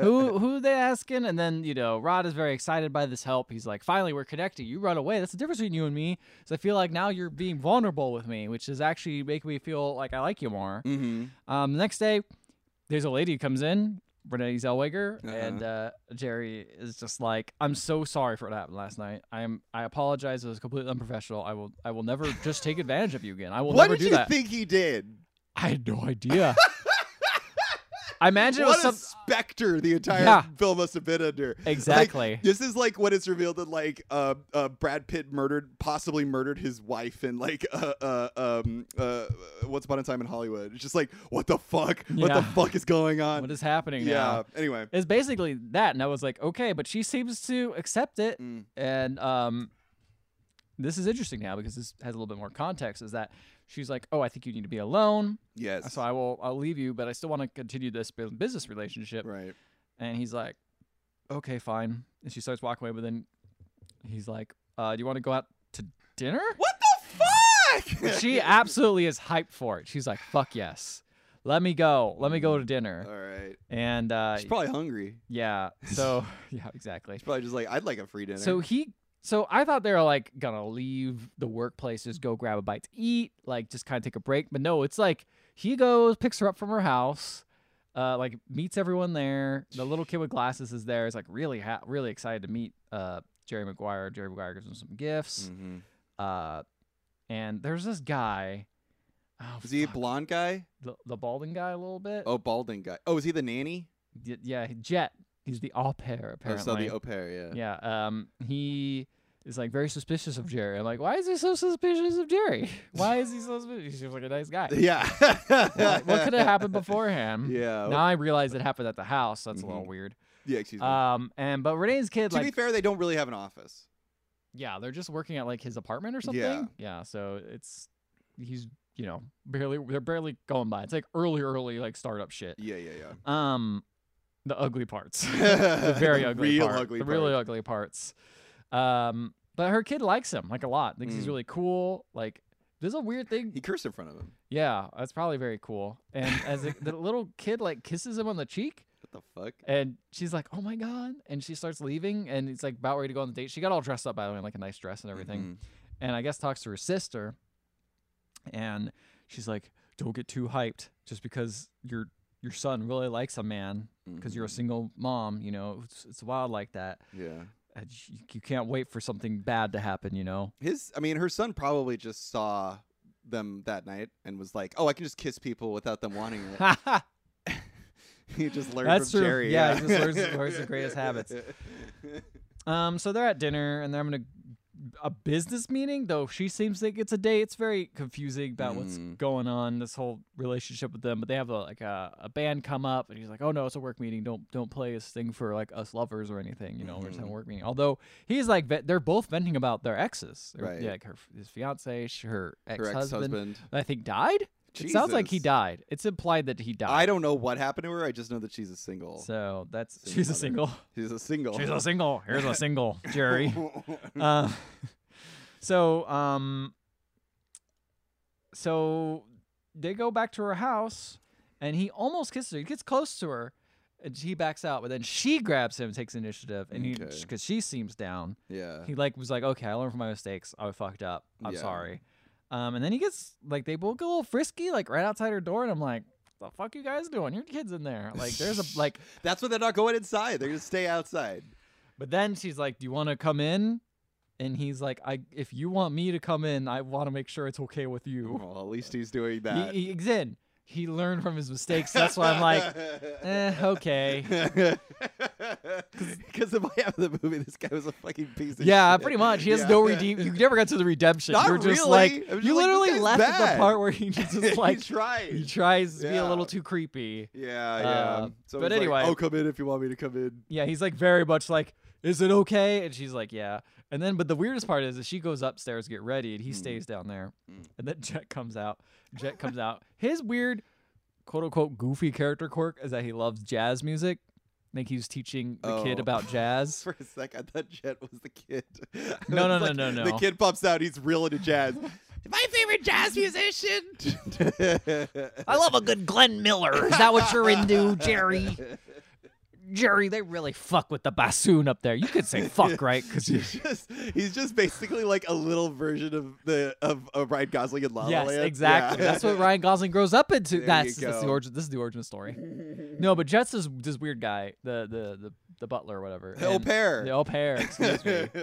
S2: who who they asking? And then, you know, Rod is very excited by this help. He's like, finally, we're connecting. You run away. That's the difference between you and me. So I feel like now you're being vulnerable with me, which is actually making me feel like I like you more.
S1: Mhm.
S2: Um, the next day, there's a lady who comes in, Renee Zellweger,
S1: Uh-huh.
S2: and uh, Jerry is just like, "I'm so sorry for what happened last night. I'm I apologize. It was completely unprofessional. I will I will never just take advantage of you again. I will
S1: What
S2: never
S1: did
S2: do
S1: you
S2: that.
S1: think he did?
S2: I had no idea. I imagine it
S1: What
S2: was
S1: a
S2: some.
S1: specter the entire
S2: Yeah.
S1: film must have been under. Like,
S2: Exactly.
S1: this is like when it's revealed that like uh, uh, Brad Pitt murdered, possibly murdered his wife, and like uh, uh, um, uh, Once Upon a Time in Hollywood. It's just like what the fuck? What the
S2: Yeah.
S1: fuck is going on?
S2: What is happening
S1: yeah.
S2: now?
S1: Anyway.
S2: It's basically that, and I was like, okay, but she seems to accept it,
S1: Mm.
S2: and um, this is interesting now because this has a little bit more context. Is that she's like, oh, I think you need to be alone.
S1: Yes.
S2: So I will I'll leave you, but I still want to continue this bu- business relationship.
S1: Right.
S2: And he's like, okay, fine. And she starts walking away, but then he's like, uh, do you want to go out to dinner?
S1: What the fuck?
S2: She absolutely is hyped for it. She's like, fuck yes. Let me go. Let me go to dinner.
S1: All right.
S2: And uh,
S1: She's probably hungry.
S2: yeah, so yeah, exactly.
S1: She's probably just like, I'd like a free dinner.
S2: So he, so I thought they were like gonna leave the workplace, just go grab a bite to eat, like just kind of take a break. But no, it's like he goes, picks her up from her house, uh, like meets everyone there. The little kid with glasses is there. Is like really, ha- really excited to meet uh Jerry Maguire. Jerry Maguire gives him some gifts.
S1: Mhm.
S2: Uh, and there's this guy. Oh,
S1: Is he a
S2: fuck,
S1: blonde guy?
S2: the, the balding guy a little bit?
S1: Oh, balding guy. Oh, is he the nanny?
S2: Y- yeah, Jet. He's the au pair
S1: Or
S2: apparently.
S1: Oh, so the au pair, yeah.
S2: Yeah. Um, he is like very suspicious of Jerry. I'm like, why is he so suspicious of Jerry? Why is he so suspicious? He seems like a nice guy.
S1: Yeah.
S2: What, what could have happened beforehand?
S1: Yeah.
S2: Now I realize it happened at the house. so that's a little weird.
S1: Yeah, excuse me.
S2: Um, and but Renee's kid,
S1: to be
S2: like,
S1: fair, they don't really have an office.
S2: yeah, they're just working at like his apartment or something.
S1: Yeah.
S2: Yeah. So it's he's you know barely they're barely going by. It's like early, early like startup shit.
S1: Yeah, yeah, yeah.
S2: Um, the ugly parts. the very ugly
S1: Real
S2: part,
S1: ugly
S2: the really
S1: part.
S2: ugly parts. Um, but her kid likes him like a lot. Thinks he's
S1: Mm.
S2: really cool. Like there's a weird thing.
S1: He cursed in front of him.
S2: Yeah, that's probably very cool. And as a, the little kid like kisses him on the cheek,
S1: What the fuck?
S2: and she's like, "Oh my god!" And she starts leaving, and it's like about ready to go on the date. She got all dressed up by the way, in, like a nice dress and everything.
S1: Mm-hmm.
S2: And I guess talks to her sister, and she's like, "Don't get too hyped just because your your son really likes a man because
S1: Mm-hmm.
S2: you're a single mom. You know, it's, it's wild like that.
S1: Yeah.
S2: And sh- You, you can't wait for something bad to happen. You know."
S1: His I mean, her son probably just saw them that night and was like, Oh, I can just kiss people without them wanting it. he just learned
S2: That's
S1: from
S2: true.
S1: Jerry.
S2: Yeah, he just learns- learns the greatest habits. Um, so they're at dinner and they're having a, a business meeting, though she seems like it's a date. It's very confusing about what's
S1: Mm.
S2: going on, this whole relationship with them. But they have a, like a, a band come up and he's like, Oh no, it's a work meeting. Don't don't play this thing for like us lovers or anything, you know, we're just
S1: Mm-hmm.
S2: having a work meeting. Although he's like ve- they're both venting about their exes. They're-
S1: Right.
S2: Yeah, like her his fiance, sh- her ex
S1: Her
S2: husband.
S1: ex-husband.
S2: I think died? It sounds like he
S1: Jesus.
S2: died. It's implied that he died.
S1: I don't know what happened to her. I just know that she's a single.
S2: Ah. so that's
S1: Single
S2: she's a
S1: mother.
S2: single.
S1: she's a single.
S2: She's a single. Here's a single, Jerry. Uh, so, um, so they go back to her house and he almost kisses her. He gets close to her and he backs out, but then she grabs him, takes initiative, and he
S1: Okay.
S2: because she seems down.
S1: Yeah.
S2: He like was like, okay, I learned from my mistakes. I fucked up. I'm
S1: Yeah.
S2: sorry. Um, and then he gets like they both get a little frisky, like right outside her door, and I'm like, the fuck you guys doing? Your kid's in there. Like there's a like,
S1: That's why they're not going inside. They're gonna stay outside.
S2: but then she's like, do you want to come in? And he's like, I if you want me to come in, I want to make sure it's okay with you.
S1: Well, at least he's doing
S2: He,
S1: that.
S2: he, again, he learned from his mistakes. That's why I'm like, eh, okay.
S1: Because if I have the movie, this guy was a fucking piece of
S2: Yeah,
S1: shit.
S2: pretty much. He has
S1: Yeah.
S2: no redeem. You never got to the redemption.
S1: Not
S2: you were just
S1: really.
S2: like
S1: I'm just
S2: you
S1: like, this
S2: literally
S1: guy's
S2: left at the
S1: bad.
S2: part where he just
S1: He
S2: is like
S1: tried.
S2: He tries to be a little
S1: Yeah.
S2: too creepy.
S1: Yeah, yeah.
S2: Uh,
S1: so he's
S2: but
S1: like,
S2: anyway.
S1: I'll come in if you want me to come in.
S2: Yeah, he's like very much like, "Is it okay?" And she's like, "Yeah." And then, but the weirdest part is that she goes upstairs to get ready,
S1: Mm.
S2: and he stays down there. And then Jet comes out. Jet comes out. His weird, quote unquote, goofy character quirk is that he loves jazz music. Like he's teaching the kid
S1: Oh.
S2: about jazz.
S1: For a sec, I thought Jet was the kid. I
S2: No, no,
S1: was
S2: no, no,
S1: The
S2: no.
S1: kid pops out. He's real into jazz. My favorite jazz musician.
S2: I love a good Glenn Miller. Is that what you're into, Jerry? Jerry, they really fuck with the bassoon up there. You could say fuck, right? Because you
S1: just, he's just basically like a little version of the of, of Ryan Gosling in La La
S2: Yes,
S1: Land.
S2: exactly.
S1: Yeah.
S2: That's what Ryan Gosling grows up into.
S1: you
S2: that's, that's the
S1: go.
S2: origin. This is the origin story. no, but Jets is this weird guy, the the the, the butler, or whatever.
S1: The au
S2: and-
S1: pair.
S2: The au pair. Excuse me.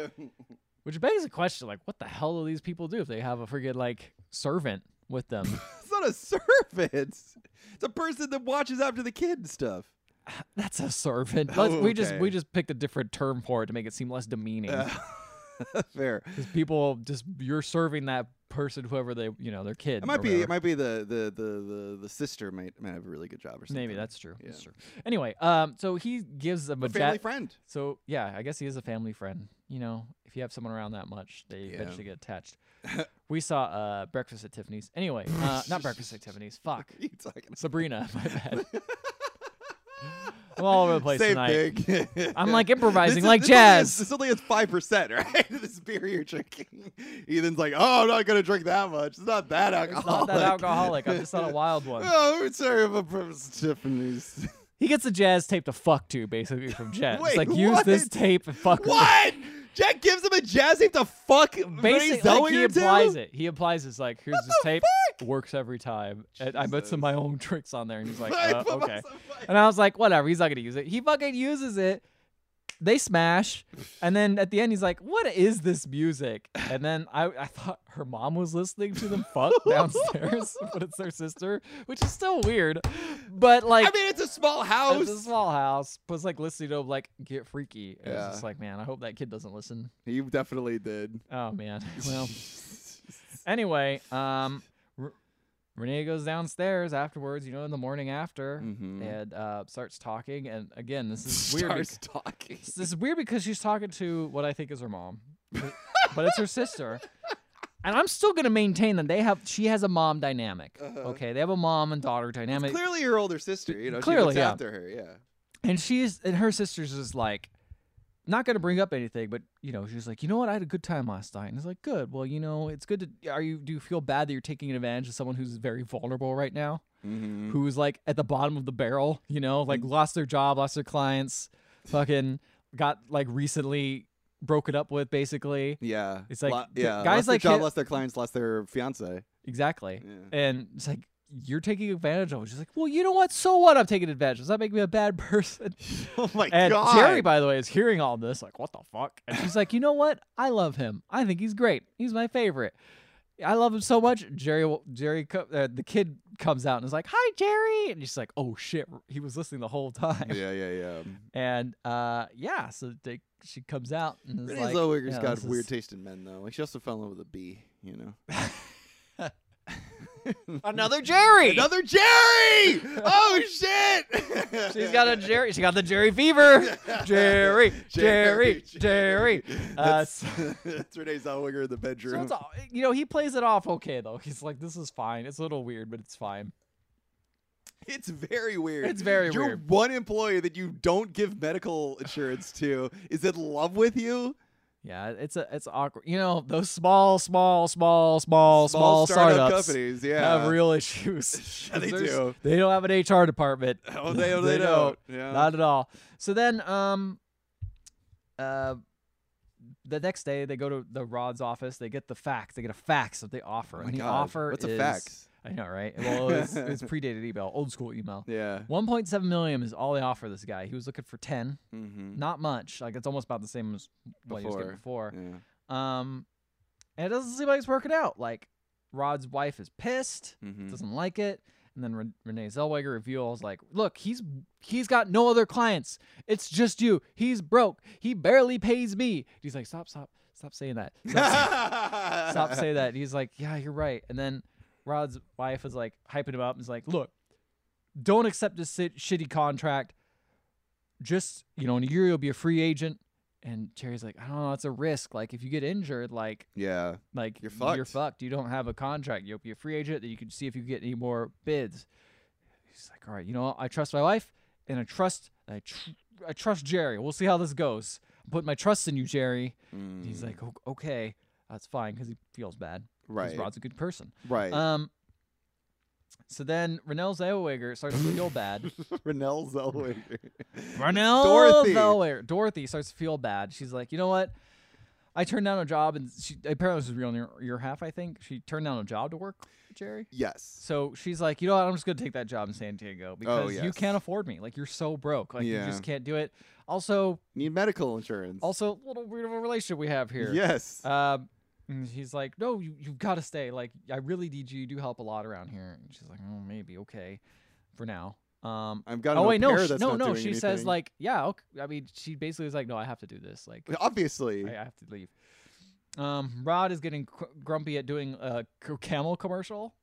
S2: Which begs the question: like, what the hell do these people do if they have a friggin' like servant with them?
S1: It's not a servant. It's a person that watches after the kid and stuff.
S2: that's a servant. Let's-
S1: Oh,
S2: We just we
S1: okay. Uh.
S2: just picked a different term for it to make it seem less demeaning.
S1: Fair.
S2: 'Cause people just you're serving that person, whoever they you know their kid.
S1: It
S2: or
S1: might be.
S2: whatever.
S1: It might be the the the the, the sister might might have a really good job or something.
S2: Maybe that's true. That's
S1: Yeah.
S2: true. Anyway, um, so he gives them a,
S1: a family
S2: ja-
S1: friend.
S2: So yeah, I guess he is a family friend. You know, if you have someone around that much, they eventually get attached. we saw uh, Breakfast at Tiffany's. Anyway, uh, not Breakfast at Tiffany's. Fuck,
S1: What are you talking
S2: Sabrina. My bad. I'm all over the
S1: about?
S2: place
S1: Same
S2: tonight.
S1: thing.
S2: I'm like
S1: This
S2: improvising
S1: is-
S2: like
S1: this only has-
S2: jazz.
S1: this only has five percent, right? this beer you're drinking. Ethan's like, oh, I'm not gonna drink that much. It's not that
S2: It's
S1: alcohol.
S2: not that alcoholic. I'm just not a wild one.
S1: oh, I'm sorry about Breakfast at Tiffany's.
S2: He gets the jazz tape to fuck to basically from Jet. it's
S1: Wait,
S2: like use this
S1: what?
S2: tape and fuck. with it."
S1: what? Jack gives him a jazz tape to fuck.
S2: Basically, like, he applies it. He applies it's like here's this
S1: the
S2: tape. Works every time. And I put some of my own tricks on there, and he's like,
S1: I
S2: uh,
S1: put
S2: okay.
S1: myself like-
S2: And I was like, whatever. He's not gonna use it. He fucking uses it. They smash, and then at the end, he's like, "What is this music?" And then I, I thought her mom was listening to them fuck downstairs, but it's their sister, which is still weird. But like,
S1: I mean, it's a small house.
S2: it's a small house, but it's like listening to them, like get freaky. And It's
S1: Yeah.
S2: just like, man, I hope that kid doesn't listen.
S1: You definitely did.
S2: Oh man. Well, anyway, um, R- Renee goes downstairs afterwards. You know, in the morning after, and uh, starts talking. And again, this is weird.
S1: Starts
S2: bec-
S1: talking.
S2: this is weird because she's talking to what I think is her mom, but but it's her sister. And I'm still gonna maintain that they have. She has a mom dynamic. Okay, they have a mom and daughter dynamic.
S1: Clearly, her older sister. You know,
S2: Clearly,
S1: she looks
S2: yeah.
S1: after her. Yeah.
S2: and she's and her sister's is like not gonna bring up anything but you know she's like you know what i had a good time last night and it's like good well you know it's good to are you do you feel bad that you're taking advantage of someone who's very vulnerable right now
S1: Mm-hmm.
S2: who's like at the bottom of the barrel you know like lost their job lost their clients fucking got like recently broken up with basically
S1: Yeah.
S2: It's like,
S1: Lo-
S2: th-
S1: yeah. lost
S2: guys
S1: their
S2: like
S1: job,
S2: him-
S1: lost their clients, lost their fiance.
S2: Exactly.
S1: Yeah.
S2: And it's like, you're taking advantage of it. She's like, well, you know what? So what? I'm taking advantage. Does that make me a bad person?
S1: Oh my
S2: and
S1: God.
S2: Jerry, by the way, is hearing all this, like, what the fuck? And she's like, you know what? I love him. I think he's great. He's my favorite. I love him so much. Jerry, will- Jerry, co- uh, the kid comes out and is like, "Hi, Jerry," and she's like, "Oh shit, he was listening the whole time."
S1: Yeah, yeah, yeah.
S2: And uh, yeah, so they, she comes out and is
S1: Renee
S2: like,
S1: Zellweger's
S2: you know,
S1: got
S2: this
S1: weird
S2: is-
S1: taste in men, though. Like she also fell in love with a bee. You know.
S2: Another Jerry.
S1: Another Jerry! Oh shit!
S2: She's got a Jerry. She got the Jerry fever. Jerry, Jerry, Jerry. Uh,
S1: That's,
S2: so,
S1: that's Renee Zellweger in the bedroom.
S2: so it's all, eh, you know, he plays it off okay though. He's like, this is fine. It's a little weird, but it's fine.
S1: It's very weird.
S2: It's very
S1: Your
S2: weird.
S1: one employee that you don't give medical insurance to is in love with you.
S2: Yeah, it's a it's awkward. You know, those small, small, small, small, small,
S1: startup
S2: startups
S1: companies, yeah.
S2: have real issues.
S1: Yeah, they
S2: 'Cause there's-
S1: do.
S2: They don't have an HR department.
S1: Oh, they- oh, they don't. Yeah.
S2: Not at all. So then, um, uh, the next day they go to the Rod's office. They get the fax. They get a fax that they offer.
S1: Oh my
S2: and the
S1: God,
S2: offer
S1: what's a
S2: is,
S1: fax?
S2: I know, right? Well, it's, it's predated email, old school email.
S1: Yeah.
S2: 1.7 million is all they offer this guy. He was looking for 10
S1: Mm-hmm.
S2: not much. Like it's almost about the same as what he was getting before.
S1: Yeah.
S2: Um, and it doesn't seem like it's working out. Like Rod's wife is pissed,
S1: Mhm.
S2: doesn't like it, and then Ren- Renee Zellweger reveals like, "Look, he's he's got no other clients. It's just you. He's broke. He barely pays me." He's like, "Stop, stop, stop saying that. Stop, stop saying that." And he's like, "Yeah, you're right." And then Rod's wife is like hyping him up and is like, "Look, don't accept this sit- shitty contract. Just you know, in a year you'll be a free agent." And Terry's like, "I don't know. It's a risk. Like if you get injured, like
S1: Yeah.
S2: like
S1: You're
S2: You're
S1: fucked.
S2: fucked. You don't have a contract. You'll be a free agent. That you can see if you get any more bids. He's like, all right, you know, what? I trust my wife, and I trust, I, tr- I trust Jerry. We'll see how this goes. I'm putting my trust in you, Jerry. And He's like, "O- okay, that's fine, because he feels bad. 'cause
S1: Right.
S2: Rod's a good person.
S1: Right.
S2: Um. So then Renelle Zellweger starts to feel bad.
S1: Renelle Zellweger.
S2: Renelle
S1: Dorothy.
S2: Zellweger. Dorothy starts to feel bad. She's like, you know what? I turned down a job, and she apparently this is real near your half. I think she turned down a job to work, with Jerry.
S1: yes.
S2: So she's like, you know what? I'm just gonna take that job in San Diego because you
S1: Oh, yes.
S2: can't afford me. Like you're so broke. Like
S1: Yeah.
S2: you just can't do it. Also,
S1: Need medical insurance.
S2: also a little weird of a relationship we have here.
S1: Yes.
S2: Um, and he's like, no, you, you've got to stay. Like, I really need you. You do help a lot around here. And she's like, oh, maybe, okay, for now. Um,
S1: I've got
S2: oh
S1: an au
S2: wait, no,
S1: pair
S2: sh-
S1: that's
S2: no,
S1: not
S2: no.
S1: doing
S2: she says
S1: anything.
S2: like, yeah, okay. I mean, she basically was like, no, I have to do this. Like,
S1: Obviously.
S2: I I have to leave. Um, Rod is getting cr- grumpy at doing a c- camel commercial,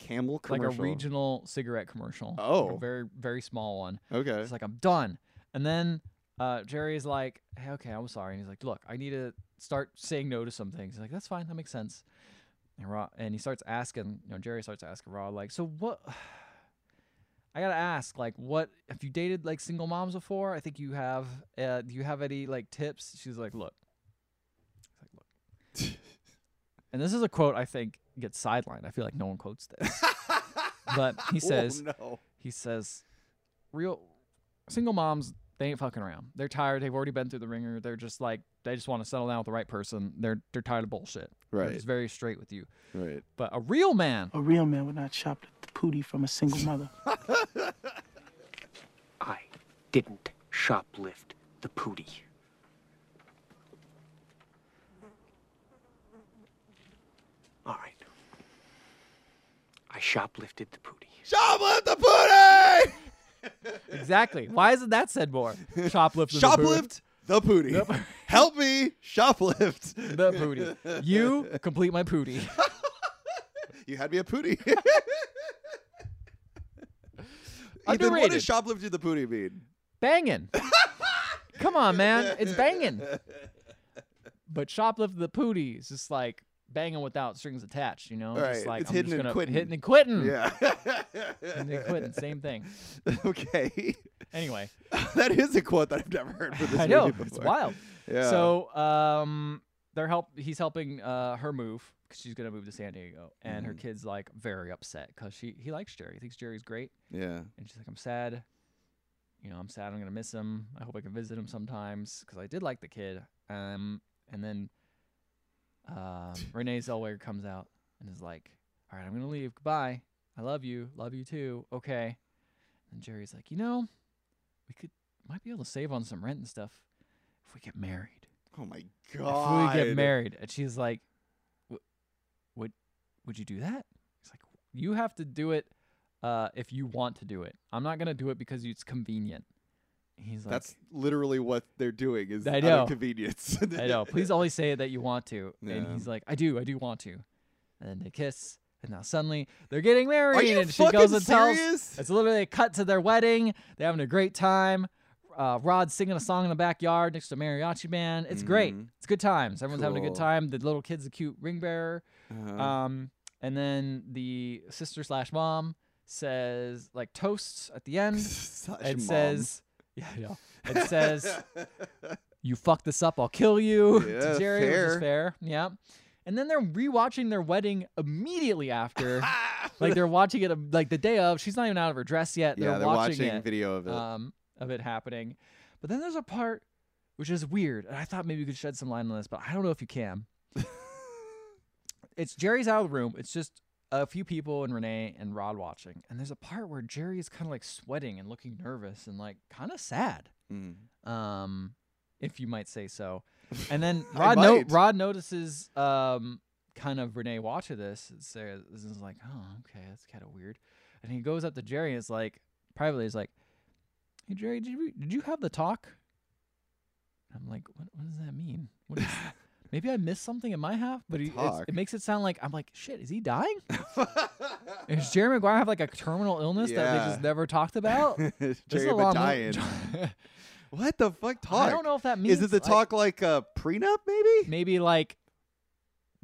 S1: Camel commercial.
S2: like a regional cigarette commercial. like
S1: Oh.
S2: a very very small one.
S1: Okay.
S2: It's like I'm done. And then uh, Jerry's like, hey, okay, I'm sorry. And he's like, look, I need to start saying no to some things. He's like, that's fine, that makes sense. And Rod, and he starts asking, you know, Jerry starts asking Rod, like, so what? I gotta ask, like, what have you dated like single moms before? I think you have. Uh, do you have any like tips? She's like, look, He's like, look. and this is a quote I think gets sidelined. I feel like no one quotes this, but he says,
S1: Oh, no.
S2: he says, real single moms, they ain't fucking around. They're tired. They've already been through the ringer. They're just like, they just want to settle down with the right person. They're they're tired of bullshit.
S1: Right.
S2: It's very straight with you.
S1: Right.
S2: But a real man,
S6: A real man would not shop the pootie from a single mother.
S7: I didn't shoplift the pootie. All right. I shoplifted the pootie.
S1: Shoplift the pootie!
S2: exactly. Why isn't that said more? Shoplift. is a boo-
S1: Shoplift the pootie. Help me shoplift.
S2: The pootie. You complete my pootie.
S1: You had me a pootie. Ethan, what
S2: Underrated.
S1: does shoplifted the pootie mean?
S2: banging. Come on, man. It's banging. But shoplift the pootie is just like banging without strings attached, you know?
S1: Right.
S2: Just like
S1: It's
S2: I'm
S1: hitting
S2: just
S1: and
S2: gonna,
S1: quitting.
S2: Hitting and quitting.
S1: Yeah.
S2: Hitting and quitting. Same thing.
S1: okay.
S2: Anyway.
S1: that is a quote that I've never heard for this
S2: I know.
S1: movie
S2: It's
S1: before.
S2: wild.
S1: Yeah.
S2: So um they're help he's helping uh her move because she's gonna move to San Diego. And her kid's like very upset because she he likes Jerry. He thinks Jerry's great.
S1: Yeah.
S2: And she's like, I'm sad. You know, I'm sad. I'm gonna miss him. I hope I can visit him sometimes because I did like the kid. Um, and then um, Renee Zellweger comes out and is like, All right, I'm gonna leave. Goodbye. I love you. Love you too. Okay. And Jerry's like, You know, we could might be able to save on some rent and stuff if we get married.
S1: Oh my
S2: If
S1: god.
S2: we get married. And she's like, "Wh- would would you do that? He's like, you have to do it uh, if you want to do it. I'm not gonna do it because it's convenient. He's like,
S1: That's literally what they're doing is
S2: I
S1: out
S2: know.
S1: of convenience.
S2: I know. Please always say that you want to. And
S1: Yeah.
S2: he's like, I do. I do want to. And then they kiss. And now suddenly they're getting married.
S1: you
S2: and she goes
S1: fucking
S2: and
S1: serious?
S2: tells. It's literally a cut to their wedding. They're having a great time. Uh, Rod's singing a song in the backyard next to a mariachi band. It's great. It's good times. Everyone's having a
S1: Mm-hmm. Cool.
S2: good time. The little kid's a cute ring bearer.
S1: Uh-huh.
S2: Um, and then the sister slash mom says like toasts at the end.
S1: Such
S2: it
S1: mom.
S2: says, yeah, I know. It says, you fuck this up, I'll kill you.
S1: Yeah,
S2: to Jerry, which
S1: fair.
S2: is fair. Yeah. And then they're rewatching their wedding immediately after.
S1: Ah!
S2: like they're watching it um, like the day of. She's not even out of her dress yet.
S1: yeah, they're watching,
S2: it
S1: video of it.
S2: um, of it happening. But then there's a part which is weird, and I thought maybe you could shed some light on this, but I don't know if you can. it's Jerry's out of the room. It's just a few people and Renee and Rod watching, and there's a part where Jerry is kind of like sweating and looking nervous and like kind of sad,
S1: Mm.
S2: um, if you might say so. And then
S1: I
S2: Rod no-
S1: might.
S2: Rod notices um, kind of Renee watching this and says this is like, oh, okay, that's kind of weird. And he goes up to Jerry and is like, privately, is like, hey Jerry, did you did you have the talk? And I'm like, what, what does that mean? What is, maybe I missed something in my half, but he, it's,
S1: talk?
S2: it makes it sound like I'm like, shit, is he dying? Does Jerry Maguire have like a terminal illness that they just
S1: Yeah.
S2: never talked about? This
S1: Jerry
S2: is a long
S1: Badayan.
S2: movie.
S1: what the fuck talk?
S2: I don't know if that means
S1: Is it the
S2: like,
S1: talk like a prenup maybe?
S2: Maybe like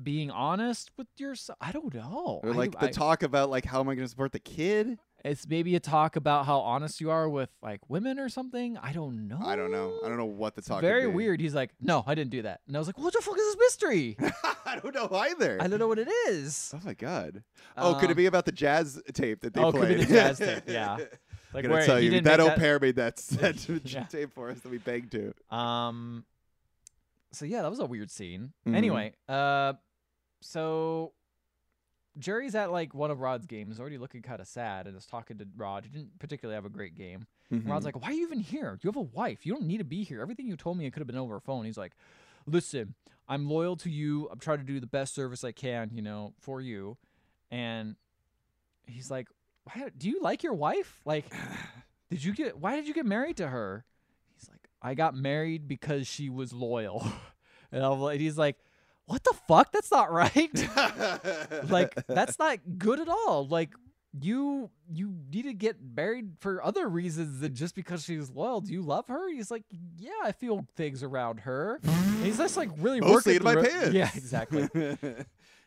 S2: being honest with yourself. I don't know.
S1: Or
S2: I
S1: like
S2: do-
S1: the
S2: I-
S1: talk about like how am I going to support the kid?
S2: It's maybe a talk about how honest you are with like women or something. I don't know.
S1: I don't know. I don't know what the talk. could
S2: Very
S1: be.
S2: weird. He's like, no, I didn't do that. And I was like, what the fuck is this mystery?
S1: I don't know either.
S2: I don't know what it is.
S1: oh my god. Oh, could it
S2: Um,
S1: be about the jazz tape that they
S2: oh, could
S1: played?
S2: be the jazz tape, yeah. Like
S1: I'm gonna
S2: where
S1: tell
S2: he
S1: you
S2: didn't
S1: that
S2: make
S1: au pair made that, that
S2: Yeah.
S1: tape for us that we begged to.
S2: Um. So yeah, that was a weird scene.
S1: Mhm.
S2: Anyway, uh, so Jerry's at like one of Rod's games, already looking kind of sad, and is talking to Rod. He didn't particularly have a great game. And Rod's like, "Why are you even here? You have a wife. You don't need to be here. Everything you told me, it could have been over a phone." He's like, "Listen, I'm loyal to you. I'm trying to do the best service I can, you know, for you." And he's like, why, "Do you like your wife? Like, did you get? Why did you get married to her?" He's like, "I got married because she was loyal," and I'm like, "He's like, what the fuck? That's not right." like that's not good at all like you you need to get married for other reasons than just because she's loyal do you love her he's like yeah i feel things around her And he's just like really
S1: mostly
S2: working
S1: in my
S2: through it.
S1: pants.
S2: yeah exactly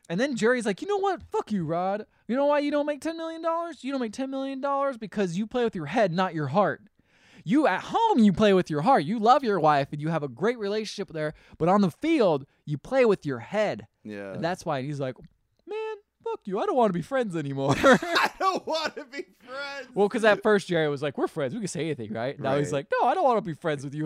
S2: and then jerry's like you know what fuck you rod you know why you don't make 10 million dollars you don't make 10 million dollars because you play with your head not your heart you at home you play with your heart you love your wife and you have a great relationship with her but on the field you play with your head
S1: yeah.
S2: and that's why he's like, man, fuck you. I don't want to be friends anymore.
S1: I don't want to be friends.
S2: well, because at first Jerry was like, we're friends. We can say anything, right? Now he's
S1: Right.
S2: like, no, I don't want to be friends with you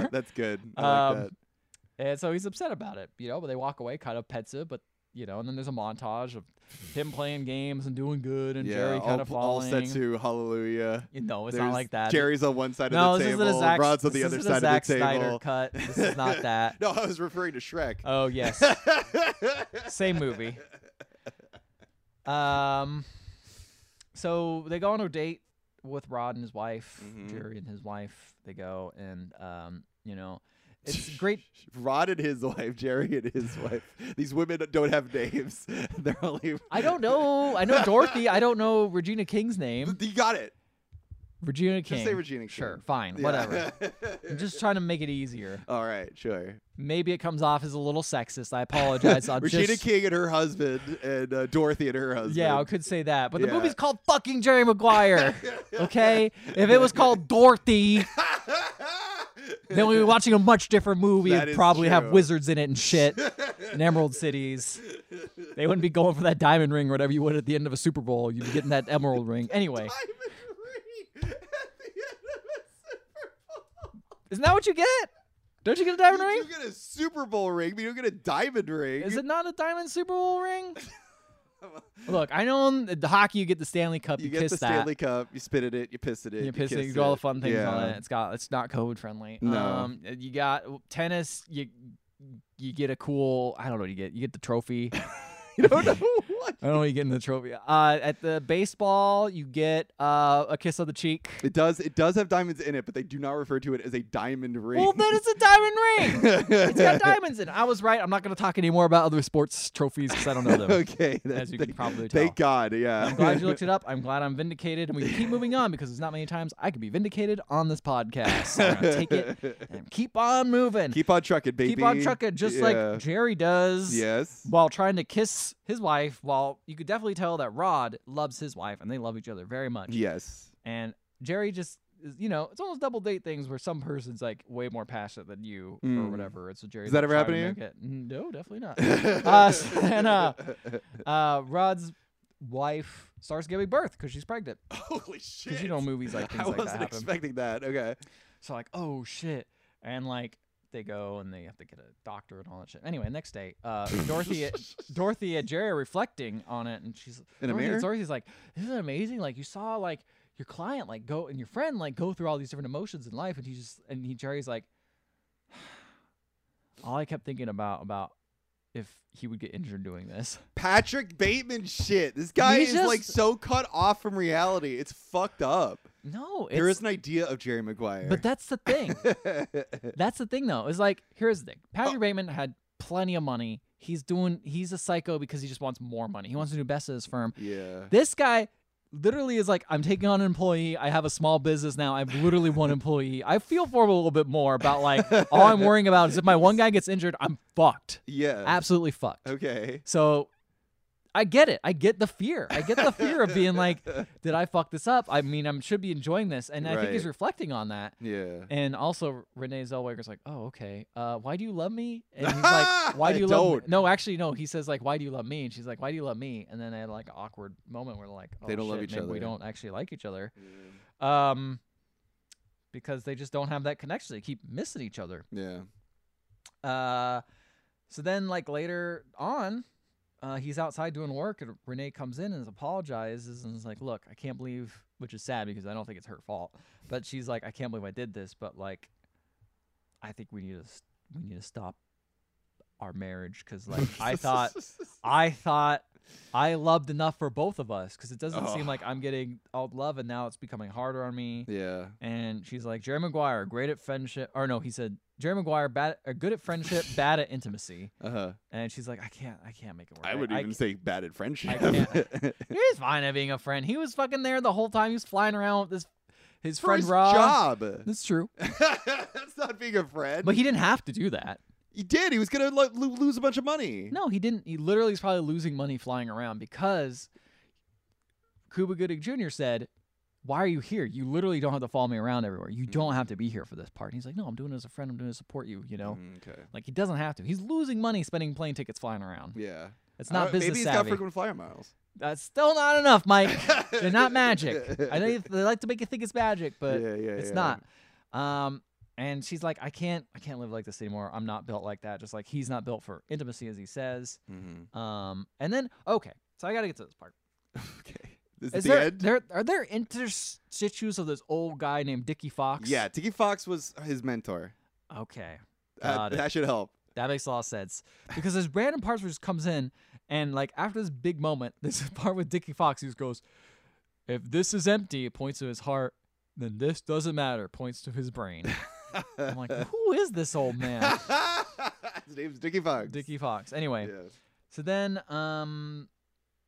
S1: Yeah, that's good. I like
S2: Um,
S1: that.
S2: and so he's upset about it, you know, but they walk away kind of pensive, but, you know, and then there's a montage of him playing games and doing good and
S1: yeah,
S2: Jerry
S1: all,
S2: kind of
S1: all
S2: falling.
S1: set to Hallelujah.
S2: you know, it's not
S1: There's-
S2: like that.
S1: Jerry's on one side
S2: no,
S1: of the
S2: this
S1: table,
S2: isn't a Zack,
S1: Rod's on the
S2: this
S1: other
S2: isn't a
S1: side
S2: Zack
S1: of the
S2: Snyder
S1: table.
S2: cut. This is not that.
S1: no, I was referring to Shrek.
S2: Oh, yes. Same movie. Um, so they go on a date with Rod and his wife,
S1: Mm-hmm.
S2: Jerry and his wife. They go and um, you know, it's great.
S1: Rod and his wife, Jerry and his wife. These women don't have names. They're only.
S2: I don't know. I know Dorothy. I don't know Regina King's name.
S1: You got it.
S2: Regina King.
S1: say Regina
S2: Sure,
S1: King.
S2: fine,
S1: Yeah.
S2: whatever. I'm just trying to make it easier.
S1: All right, sure.
S2: Maybe it comes off as a little sexist. I apologize. I'm
S1: Regina
S2: Uh, just,
S1: King and her husband, and uh, Dorothy and her husband.
S2: Yeah, I could say that. But the
S1: Yeah.
S2: movie's called fucking Jerry Maguire. Okay? if it was called Dorothy, then we'd be watching a much different movie.
S1: That
S2: It'd
S1: is
S2: probably have
S1: true.
S2: wizards in it and shit. and Emerald Cities. They wouldn't be going for that diamond ring or whatever you would at the end of a Super Bowl. You'd be getting that emerald ring. Anyway.
S1: I'm a tree at the end of
S2: Isn't that what you get? Don't you get a
S1: a Super
S2: diamond
S1: Bowl.
S2: ring?
S1: You get a Super Bowl ring, but you don't get a diamond ring.
S2: Is it not a diamond Super Bowl ring? Look, I know in the hockey you get the Stanley Cup, you,
S1: You get
S2: kiss
S1: the
S2: that.
S1: Stanley Cup. You spit at it. You piss at it.
S2: you piss it,
S1: kiss
S2: you do all the fun things
S1: yeah.
S2: on it. It's got it's not COVID friendly.
S1: No.
S2: Um, you got tennis. You you get a cool. I don't know. What you get you get the trophy.
S1: You don't know what.
S2: I don't know. What you get in the trophy. Uh, at the baseball, you get uh a kiss on the cheek.
S1: It does. It does have diamonds in it, but they do not refer to it as a diamond ring.
S2: Well, then it's a diamond ring. it's got diamonds in. it. I was right. I'm not going to talk anymore about other sports trophies because I don't know them.
S1: okay. that-
S2: As you can
S1: thank-
S2: probably
S1: Thank God. Yeah.
S2: I'm glad you looked it up. I'm glad I'm vindicated, and we can keep moving on because there's not many times I could be vindicated on this podcast. So I'm gonna take it and keep on moving.
S1: Keep on trucking, baby.
S2: keep on trucking just
S1: Yeah.
S2: like Jerry does.
S1: Yes.
S2: While trying to kiss his wife, while you could definitely tell that Rod loves his wife and they love each other very much.
S1: Yes.
S2: And Jerry just is, you know, it's almost double date things where some person's like way more passionate than you or
S1: Mm.
S2: whatever. It's a Jerry.
S1: Does that
S2: Lynch
S1: ever
S2: try to
S1: happen to
S2: make it- Mm, No, definitely not. uh, so then, uh, uh, Rod's wife starts giving birth because she's pregnant.
S1: Holy shit!
S2: you know movies like things
S1: I
S2: like that
S1: wasn't
S2: happen.
S1: expecting that. Okay.
S2: So like, oh shit, and like they go and they have to get a doctor and all that shit. Anyway, next day, uh, Dorothy, Dorothy and Jerry are reflecting on it, and she's
S1: In a
S2: Dorothy-
S1: mirror?
S2: Dorothy's like, "Isn't it amazing? Like you saw like your client like go and your friend like go through all these different emotions in life, and he just and he Jerry's like, all I kept thinking about about if he would get injured doing this.
S1: Patrick Bateman shit. This guy
S2: He's
S1: is like
S2: just-
S1: so cut off from reality. It's fucked up.
S2: No, it's,
S1: There is an idea of Jerry Maguire.
S2: but that's the thing. That's the thing, though. Is like, here's the thing.
S1: Oh.
S2: Patrick Bateman had plenty of money. He's doing. He's a psycho because he just wants more money. He wants to do best at his firm.
S1: yeah.
S2: This guy literally is like, I'm taking on an employee. I have a small business now. I'm literally one employee. I feel for him a little bit more about like all I'm worrying about is if my one guy gets injured, I'm fucked.
S1: Yeah.
S2: Absolutely fucked.
S1: Okay.
S2: So I get it. I get the fear. I get the fear of being like, did I fuck this up? I mean, I should be enjoying this. And I think he's
S1: Right.
S2: reflecting on that.
S1: Yeah.
S2: And also, Renee Zellweger's like, "Oh, okay. Uh, why do you love me?" And he's like, "Why do you love?" Me?
S1: Don't.
S2: No, actually, no. He says like, "Why do you love me?" And she's like, "Why do you love me?" And then they had like an awkward moment where they're like, oh,
S1: They don't love
S2: shit,
S1: each
S2: maybe We
S1: other. Mm.
S2: don't actually like each other, um, because they just don't have that connection. They keep missing each other.
S1: Yeah.
S2: Uh, so then like later on, uh, he's outside doing work, and Renee comes in and apologizes and is like, "Look, I can't believe," which is sad because I don't think it's her fault, but she's like, "I can't believe I did this," but like, I think we need to s- we need to stop our marriage because like I thought I thought I loved enough for both of us because it doesn't seem
S1: Ugh.
S2: like I'm getting all the love, and now it's becoming harder on me.
S1: Yeah.
S2: And she's like, Jerry Maguire, great at friendship. Or no, he said, Jerry Maguire, bad, uh, good at friendship, bad at intimacy.
S1: Uh huh.
S2: And she's like, I can't, I can't make it work.
S1: I would even
S2: c-
S1: say bad at friendship.
S2: can't- He's fine at being a friend. He was fucking there the whole time. He was flying around with this, his
S1: For
S2: friend
S1: his
S2: Rob.
S1: job.
S2: That's true.
S1: That's not being a friend.
S2: But he didn't have to do that.
S1: he did. He was gonna lo- lo- lose a bunch of money.
S2: No, he didn't. He literally is probably losing money flying around because Cuba Gooding Jr. said, Why are you here? You literally don't have to follow me around everywhere. You
S1: Mm.
S2: don't have to be here for this part. And he's like, No, I'm doing it as a friend. I'm doing it to support you, you know?
S1: Okay.
S2: Like he doesn't have to. He's losing money spending plane tickets flying around.
S1: Yeah.
S2: It's
S1: I
S2: not
S1: don't-
S2: business
S1: Maybe he's
S2: savvy.
S1: got frequent flyer miles.
S2: That's still not enough, Mike. They're not magic. I know you- they like to make you think it's magic, but
S1: Yeah, yeah,
S2: it's
S1: yeah.
S2: not. Um, and she's like, I can't, I can't live like this anymore. I'm not built like that. Just like he's not built for intimacy, as he says.
S1: Mhm.
S2: Um, and then okay, so I got to get to this part.
S1: Okay. This is
S2: Is
S1: the
S2: there,
S1: end.
S2: there are there interstitials of this old guy named Dickie Fox?
S1: Yeah. Tiki Fox was his mentor.
S2: Okay.
S1: Uh,
S2: Got it.
S1: that should help.
S2: That makes a lot of sense because this random part just comes in, and like after this big moment, this part with Dickie Fox, who just goes, "If this is empty," points to his heart. Then this doesn't matter. Points to his brain. I'm like, who is this old man,
S1: his name's Dickie Fox.
S2: Dickie Fox? Anyway,
S1: Yes.
S2: so then um,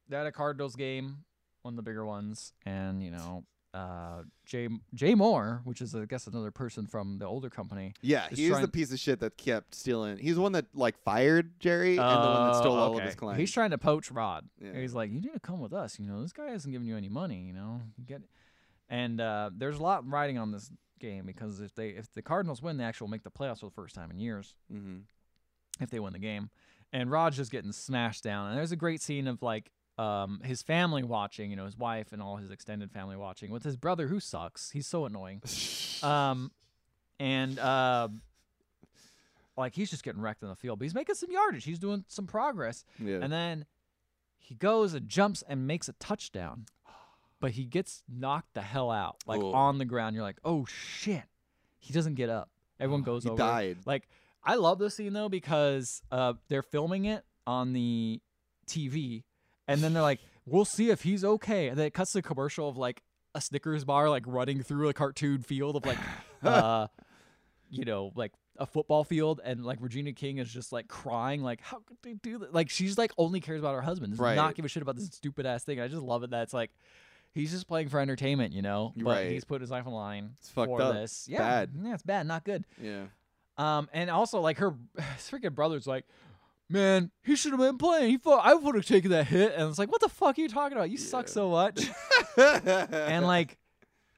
S2: they had a Cardinals game, one of the bigger ones, and you know, uh, Jay Jay Moore, which is I guess another person from the older company.
S1: Yeah,
S2: is
S1: he's
S2: trying-
S1: the piece of shit that kept stealing. He's the one that like fired Jerry and the one that
S2: Oh,
S1: stole all of
S2: okay.
S1: his clients.
S2: He's trying to poach Rod.
S1: Yeah.
S2: He's like, you need to come with us. You know, this guy hasn't given you any money. You know, you get. And uh, there's a lot riding on this game because if they if the Cardinals win, they actually will make the playoffs for the first time in years
S1: mm-hmm.
S2: if they win the game. And Rod's just getting smashed down. And there's a great scene of like um, his family watching, you know, his wife and all his extended family watching with his brother who sucks. He's so annoying. um, and um, like he's just getting wrecked on the field, but he's making some yardage. He's doing some progress.
S1: Yeah.
S2: And then he goes and jumps and makes a touchdown, but he gets knocked the hell out, like
S1: Ooh.
S2: on the ground. You're like, oh shit. He doesn't get up. Everyone goes
S1: Ah, he
S2: over.
S1: died.
S2: Like, I love this scene though because uh, they're filming it on the TV, and then they're like, "We'll see if he's okay." And then it cuts to a commercial of like a Snickers bar like running through a cartoon field of like, uh, you know, like a football field, and like Regina King is just like crying, like, "How could they do that?" Like she's like only cares about her husband, does not
S1: Right.
S2: give a shit about this stupid ass thing. I just love it that it's like. He's just playing for entertainment, you know. But
S1: Right.
S2: he's put his life on the line
S1: It's fucked
S2: for
S1: up.
S2: this.
S1: It's
S2: Yeah,
S1: bad.
S2: yeah, it's bad, not good.
S1: yeah.
S2: Um, and also like her freaking brother's like, man, he should have been playing. He thought I would have taken that hit, and it's like, what the fuck are you talking about? You suck so much. and like,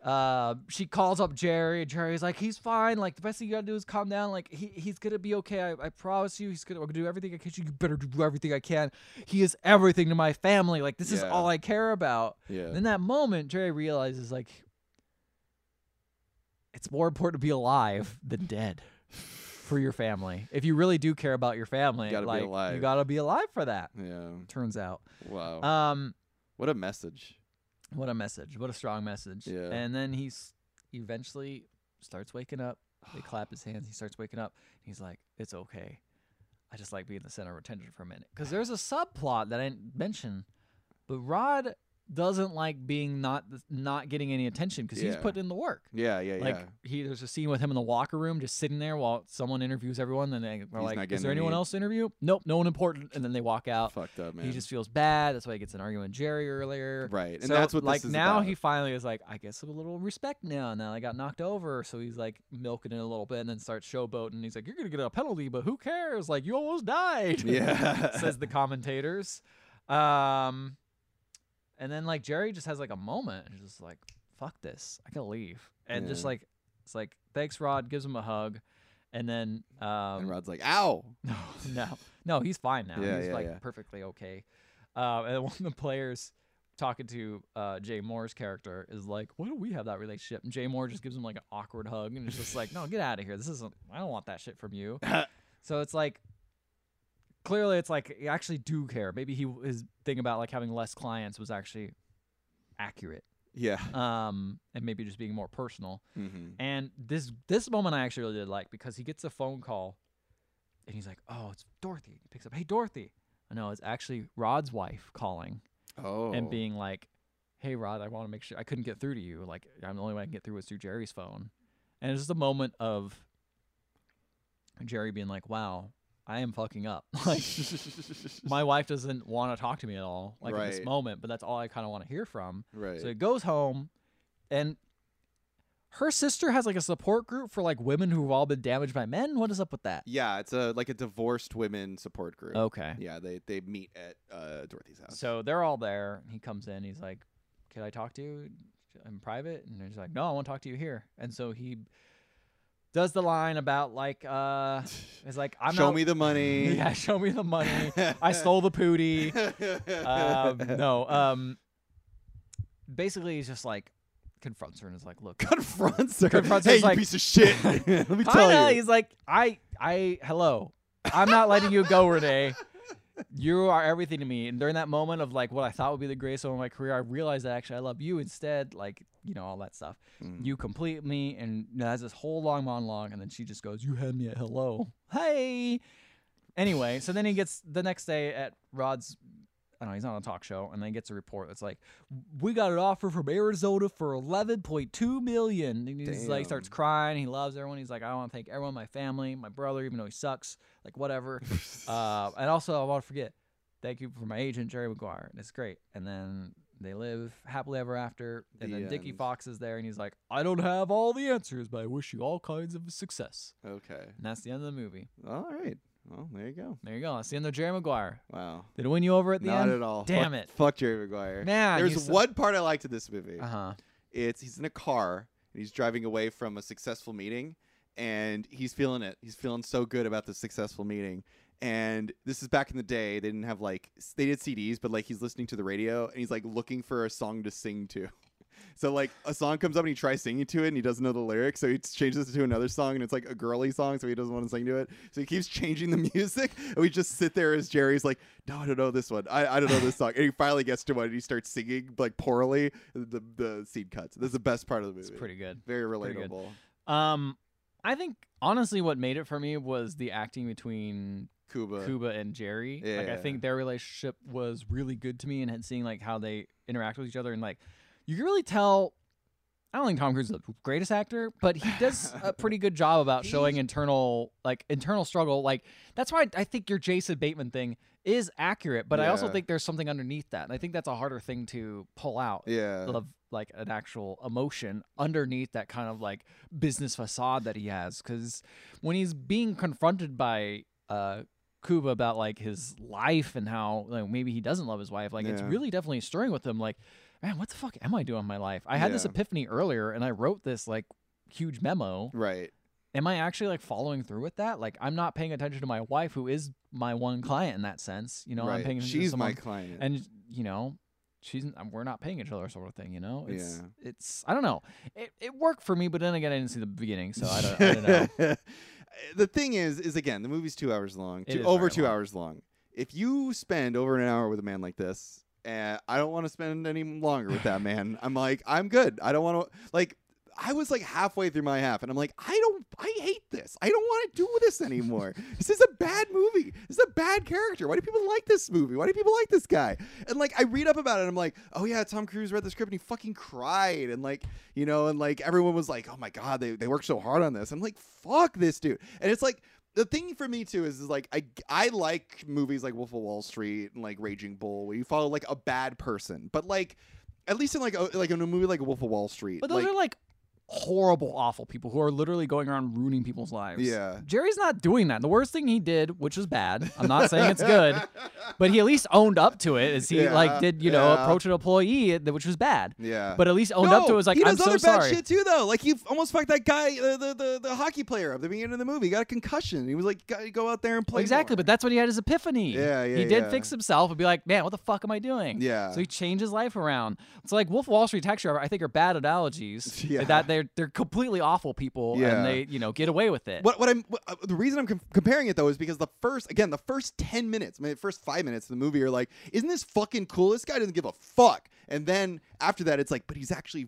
S2: Uh, she calls up Jerry. Jerry's like, he's fine. Like the best thing you gotta do is calm down. Like he, he's gonna be okay. I, I promise you. He's gonna I'm gonna do everything I can. You better do everything I can. He is everything to my family. Like this is
S1: Yeah.
S2: all I care about.
S1: Yeah.
S2: And in that moment, Jerry realizes like it's more important to be alive than dead for your family. If you really do care about your family,
S1: gotta be
S2: like, you
S1: alive. Mm. Oh.
S2: gotta be alive for that.
S1: Yeah.
S2: Turns out.
S1: Wow.
S2: Um,
S1: what a message.
S2: what a message! What a strong message!
S1: Yeah.
S2: And then he's eventually starts waking up. They clap his hands. He starts waking up. He's like, "It's okay. I just like being the center of attention for a minute." Because there's a subplot that I didn't mention, but Rod doesn't like being not the- not getting any attention because he's
S1: Yeah.
S2: putting in the work.
S1: Yeah, yeah,
S2: Like
S1: yeah.
S2: he, there's a scene with him in the locker room, just sitting there while someone interviews everyone. Then they are
S1: He's not
S2: like, "Is
S1: getting
S2: there anyone
S1: any-
S2: else to interview?" Nope, no one important. And then they walk out.
S1: Fucked up, man.
S2: He just feels bad. That's why he gets in an argument with Jerry earlier.
S1: Right, and
S2: So,
S1: that's what this
S2: like
S1: is
S2: now
S1: about.
S2: he finally is like, I guess a little respect now. Now I got knocked over, so he's like milking it a little bit and then starts showboating. He's like, You're gonna get a penalty, but who cares? Like you almost died.
S1: Yeah.
S2: says the commentators. Um, and then like Jerry just has like a moment and he's just like, Fuck this, I gotta leave. And just
S1: Yeah.
S2: like it's like, Thanks, Rod. Gives him a hug, and then um,
S1: and Rod's like, "Ow!"
S2: no, no, no. He's fine now.
S1: Yeah,
S2: he's
S1: yeah,
S2: like
S1: yeah.
S2: perfectly okay. Uh, and one of the players talking to uh, Jay Moore's character is like, "Why don't we have that relationship?" And Jay Moore just gives him like an awkward hug and is just like, "No, get out of here. This isn't. I don't want that shit from you." so it's like, clearly, it's like you actually do care. Maybe he his thing about like having less clients was actually accurate.
S1: Yeah.
S2: Um, and maybe just being more personal.
S1: hmm
S2: And this this moment I actually really did like because he gets a phone call, and he's like, "Oh, it's Dorothy." He picks up, "Hey, Dorothy." No, it's actually Rod's wife calling
S1: Oh.
S2: and being like, "Hey, Rod, I want to make sure I couldn't get through to you. Like, I'm the only way I can get through is through Jerry's phone." And it's just a moment of Jerry being like, "Wow, I am fucking up. Like, my wife doesn't want to talk to me at all. Like in this
S1: Right.
S2: moment, but that's all I kind of want to hear from."
S1: right.
S2: So he goes home, and her sister has like a support group for like women who've all been damaged by men. What is up with that?
S1: yeah, it's a like a divorced women support group.
S2: Oh, Okay.
S1: Yeah, they they meet at uh, Dorothy's house.
S2: So they're all there. and He comes in. He's like, "Can I talk to you in private?" And she's like, "No, I want to talk to you here." And so he does the line about like, uh, it's like, "I'm
S1: show
S2: not-
S1: me the money.
S2: yeah, show me the money. I stole the pootie." um, no. Um, basically, he's just like confronts her and is like, "Look,
S1: confronts her.
S2: Confronts her,
S1: hey,
S2: it's
S1: you
S2: like-
S1: piece of shit. Let me tell
S2: Kinda.
S1: you.
S2: He's like, I, I, hello. I'm not letting you go, Renee. You are everything to me. And during that moment of like what I thought would be the greatest moment of my career, I realized that actually I love you instead. Like, you know, all that stuff.
S1: Mm.
S2: You complete me. And you know, has this whole long monologue. And then she just goes, You had me at hello. Hey. Anyway, so then he gets the next day at Rod's. I don't know, he's on a talk show and then he gets a report that's like, We got an offer from Arizona for eleven point two million. And he's like
S1: Damn.
S2: starts crying. He loves everyone. He's like, I want to thank everyone, my family, my brother, even though he sucks, like whatever. uh, and also, I want to forget, thank you for my agent, Jerry Maguire. And it's great. And then they live happily ever after. And
S1: The
S2: then Dickie
S1: end.
S2: Fox is there and he's like, I don't have all the answers, but I wish you all kinds of success.
S1: okay.
S2: And that's the end of the movie.
S1: All right. Well, there you go.
S2: There you go. That's the end of Jerry Maguire.
S1: Wow.
S2: Did it win you over at the
S1: Not
S2: end?
S1: at all.
S2: Damn
S1: Fuck-
S2: it.
S1: Fuck Jerry Maguire.
S2: Man, you
S1: There's
S2: so-
S1: one part I liked in this movie.
S2: Uh huh.
S1: It's he's in a car and he's driving away from a successful meeting and he's feeling it. He's feeling so good about the successful meeting. And this is back in the day. They didn't have like s- they did CDs, but like he's listening to the radio and he's like looking for a song to sing to. So like a song comes up and he tries singing to it and he doesn't know the lyrics, so he changes it to another song and it's like a girly song, so he doesn't want to sing to it. So he keeps changing the music, and we just sit there as Jerry's like, "No, I don't know this one. I, I don't know this song." And he finally gets to one and he starts singing like poorly. The the scene cuts. That's the best part of the movie.
S2: It's pretty good.
S1: very
S2: pretty good.
S1: relatable.
S2: Um, I think honestly, what made it for me was the acting between
S1: Cuba.
S2: Cuba and Jerry. Like I
S1: Yeah.
S2: think their relationship was really good to me and had seeing like how they interact with each other and like you can really tell I don't think Tom Cruise is the greatest actor, but he does a pretty good job about showing internal like internal struggle. Like that's why I think your Jason Bateman thing is accurate, but I also
S1: Yeah.
S2: think there's something underneath that. And I think that's a harder thing to pull out
S1: Yeah.
S2: of like an actual emotion underneath that kind of like business facade that he has because when he's being confronted by uh Kuba about like his life and how like maybe he doesn't love his wife like it's
S1: Yeah.
S2: really definitely stirring with him like man, what the fuck am I doing in my life? I had this
S1: Yeah.
S2: epiphany earlier and I wrote this like huge memo.
S1: Right.
S2: Am I actually like following through with that? Like I'm not paying attention to my wife who is my one client in that sense. You know, I'm
S1: right.
S2: paying attention to
S1: She's
S2: someone
S1: my client.
S2: and you know she's n- we're not paying each other sort of thing you know it's
S1: Yeah.
S2: it's i don't know it, it worked for me but then again i didn't see the beginning so i don't, I don't know
S1: the thing is, is again, the movie's two hours long,
S2: It
S1: two,
S2: is
S1: over
S2: very
S1: two
S2: long.
S1: hours long. If you spend over an hour with a man like this, uh, I don't want to spend any longer with that man. I'm like, I'm good. I don't want to like. I was like halfway through my half, and I'm like, I don't, I hate this. I don't want to do this anymore. this is a bad movie. This is a bad character. Why do people like this movie? Why do people like this guy? And like, I read up about it, and I'm like, oh yeah, Tom Cruise read the script and he fucking cried, and like, you know, and like everyone was like, oh my god, they they worked so hard on this. I'm like, fuck this dude. And it's like, the thing for me too is, is like I I like movies like Wolf of Wall Street and like Raging Bull where you follow like a bad person, but like at least in like a, like in a movie like Wolf of Wall Street,
S2: but those
S1: like,
S2: are like horrible awful people who are literally going around ruining people's lives
S1: Yeah.
S2: jerry's not doing that the worst thing he did which was bad i'm not saying it's good but he at least owned up to it as he
S1: Yeah,
S2: like did you know
S1: yeah.
S2: approach an employee uh, which was bad
S1: yeah,
S2: but at least owned up to it was like
S1: he
S2: i'm
S1: does
S2: so
S1: other
S2: sorry
S1: bad shit too though. Like he f- almost fucked that guy, uh, the, the the hockey player, up at the beginning of the movie. He got a concussion. He was like, gotta go out there and play.
S2: exactly, but that's when he had his epiphany.
S1: Yeah, yeah,
S2: He did
S1: yeah.
S2: fix himself and be like, man, what the fuck am I doing?
S1: Yeah.
S2: So he changed his life around. It's like Wolf of Wall Street Taxi Driver. I think are bad analogies.
S1: Yeah.
S2: That they're they're completely awful people
S1: Yeah.
S2: and they you know get away with it.
S1: What what I'm what, uh, the reason I'm com- comparing it though is because the first again the first ten minutes, I mean, the first five minutes of the movie are like, isn't this fucking cool? This guy doesn't give a fuck. And then after that, it's like, but he's actually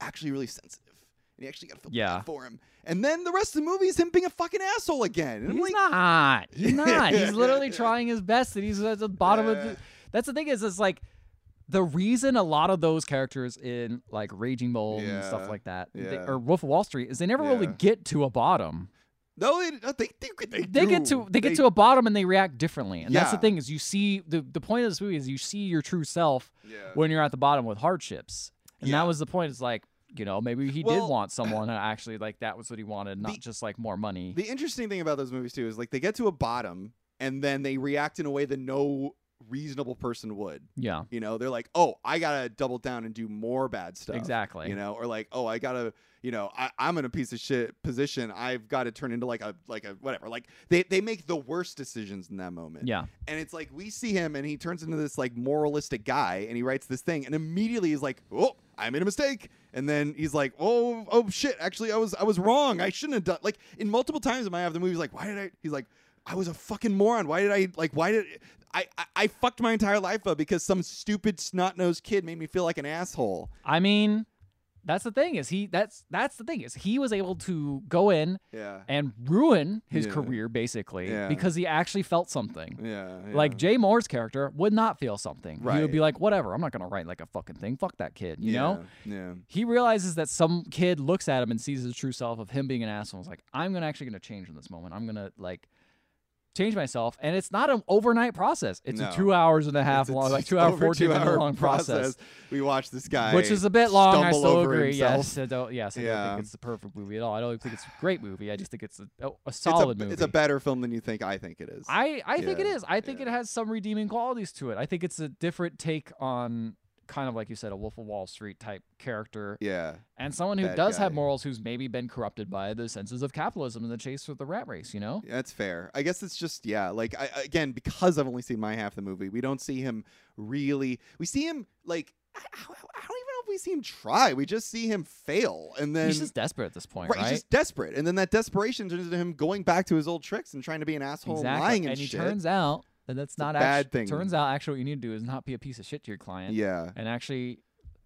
S1: actually really sensitive, and you actually got to feel
S2: Yeah.
S1: bad for him. And then the rest of the movie is him being a fucking asshole again. And I'm
S2: He's
S1: like,
S2: not. He's not. He's literally trying his best, and he's at the bottom of. The, that's the thing is, it's like the reason a lot of those characters in like Raging Bull and
S1: Yeah.
S2: stuff like that, they-
S1: Yeah.
S2: or Wolf of Wall Street, is they never really
S1: Yeah.
S2: get to a bottom.
S1: no, they they they, they,
S2: they get
S1: do.
S2: to they get to a bottom and they react differently and that's the
S1: Yeah.
S2: thing is you see the, the point of this movie is you see your true self
S1: Yeah.
S2: when you're at the bottom with hardships and
S1: Yeah.
S2: that was the point it's like you know maybe he
S1: Well-
S2: did want someone and actually like that was what he wanted not
S1: The-
S2: just like more money
S1: The interesting thing about those movies too is like they get to a bottom and then they react in a way that no reasonable person would.
S2: yeah
S1: You know, they're like, "Oh, I gotta double down and do more bad stuff."
S2: Exactly.
S1: You know, or like, "Oh, I gotta, you know, I, I'm in a piece of shit position. I've got to turn into like a like a whatever." Like they they make the worst decisions in that moment.
S2: yeah
S1: And it's like we see him and he turns into this like moralistic guy and he writes this thing and immediately he's like, "Oh, I made a mistake." And then he's like, "Oh, oh shit, actually I was I was wrong. I shouldn't have done." Like in multiple times in my half of the movie he's like, "Why did I?" He's like, "I was a fucking moron. Why did I like why did I I, I fucked my entire life up because some stupid snot-nosed kid made me feel like an asshole."
S2: i mean that's the thing is he that's that's the thing is he was able to go in
S1: Yeah.
S2: and ruin his
S1: Yeah.
S2: career basically
S1: Yeah.
S2: because he actually felt something
S1: Yeah.
S2: Like Jay Moore's character would not feel something. He would be
S1: Right.
S2: like, whatever, I'm not gonna write like a fucking thing. Fuck that kid, you know?
S1: Yeah.
S2: He realizes that some kid looks at him and sees his true self of him being an asshole. and is like, I'm gonna actually gonna change in this moment. I'm gonna like change myself. And it's not an overnight process. It's
S1: No.
S2: a two hours and a half
S1: It's a
S2: long,
S1: t-
S2: like two hour
S1: over
S2: fourteen minute
S1: two-hour
S2: long process.
S1: We watched this guy
S2: Which is a bit long, I
S1: stumble
S2: still
S1: over
S2: agree.
S1: himself.
S2: Yes, I don't, yes, I don't
S1: Yeah.
S2: think it's the perfect movie at all. I don't think it's a great movie. I just think it's a, a- a solid
S1: it's a,
S2: movie.
S1: It's a better film than you think I think it is.
S2: I, I think it
S1: Yeah,
S2: is. I think it has some redeeming qualities to it. I think it's a different take on kind of like you said, a Wolf of Wall Street type character.
S1: yeah.
S2: And someone who
S1: Bad
S2: does have
S1: guy.
S2: morals who's maybe been corrupted by the senses of capitalism and the chase for the rat race, you know?
S1: That's fair. I guess it's just yeah, like I I- again because I've only seen my half of the movie, we don't see him really. We see him like I, I- I don't even know if we see him try. We just see him fail, and then
S2: he's just desperate at this point, right?
S1: He's just desperate, and then that desperation turns into him going back to his old tricks and trying to be an asshole, and
S2: exactly.
S1: lying and,
S2: he
S1: shit.
S2: turns out that that's
S1: a
S2: not
S1: bad
S2: actu-
S1: thing.
S2: Turns out actually what you need to do is not be a piece of shit to your client
S1: yeah.
S2: and actually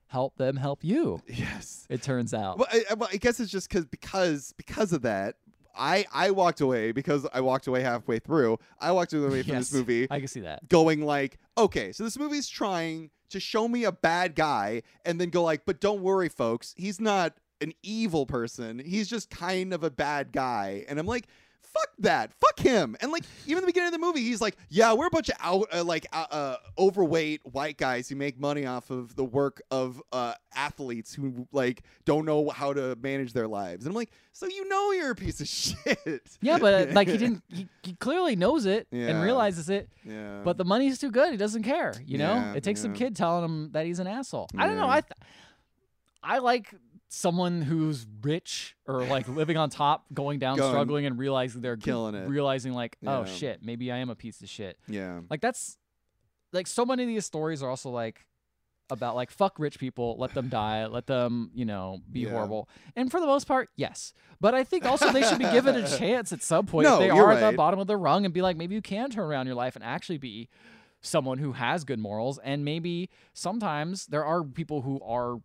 S2: help them help you.
S1: Yes.
S2: It turns out.
S1: Well, I, I- well, I guess it's just because because because of that. I, I walked away because I walked away halfway through. I walked away from
S2: yes,
S1: this movie
S2: I can see that.
S1: going like, okay, so this movie's trying to show me a bad guy and then go like, but don't worry, folks, he's not an evil person. He's just kind of a bad guy. And I'm like, fuck that. Fuck him. And like even the beginning of the movie, he's like, yeah, we're a bunch of out uh, like uh, uh, overweight white guys who make money off of the work of uh, athletes who like don't know how to manage their lives. And I'm like, so you know you're a piece of shit.
S2: Yeah, but uh, like he didn't. He, he clearly knows it and
S1: Yeah.
S2: realizes it.
S1: Yeah.
S2: But the money's too good. He doesn't care. You know,
S1: Yeah,
S2: it takes some
S1: yeah.
S2: kid telling him that he's an asshole. I don't know.
S1: Yeah.
S2: I, th- I like someone who's rich or like living on top, going down,
S1: Going-
S2: struggling, and realizing they're
S1: Killing it.
S2: Realizing like, oh
S1: Yeah.
S2: shit, maybe I am a piece of shit.
S1: yeah.
S2: Like that's, like so many of these stories are also like. About like fuck rich people, let them die, let them you know be
S1: Yeah.
S2: horrible, and for the most part, yes. But I think also they should be given a chance at some point. if
S1: No,
S2: they
S1: you're
S2: are at the
S1: right.
S2: bottom of the rung, and be like, maybe you can turn around your life and actually be someone who has good morals and maybe sometimes there are people who are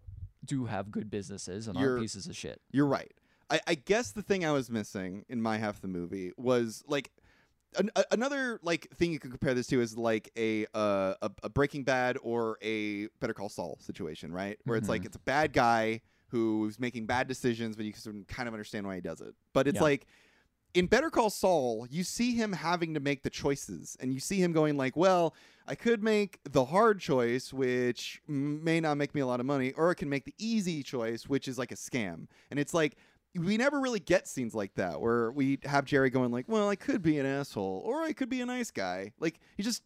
S2: do have good businesses and are
S1: You're-
S2: pieces of shit.
S1: You're right. I, I guess the thing I was missing in my half of the movie was like an, a, another like thing you could compare this to is like a, uh, a a Breaking Bad or a Better Call Saul situation, right? Where it's like it's a bad guy who's making bad decisions, but you can sort of kind of understand why he does it. But it's
S2: Yeah.
S1: like in Better Call Saul, you see him having to make the choices, and you see him going like, "Well, I could make the hard choice, which m- may not make me a lot of money, or I can make the easy choice, which is like a scam." And it's like we never really get scenes like that where we have Jerry going like, "Well, I could be an asshole, or I could be a nice guy." Like he just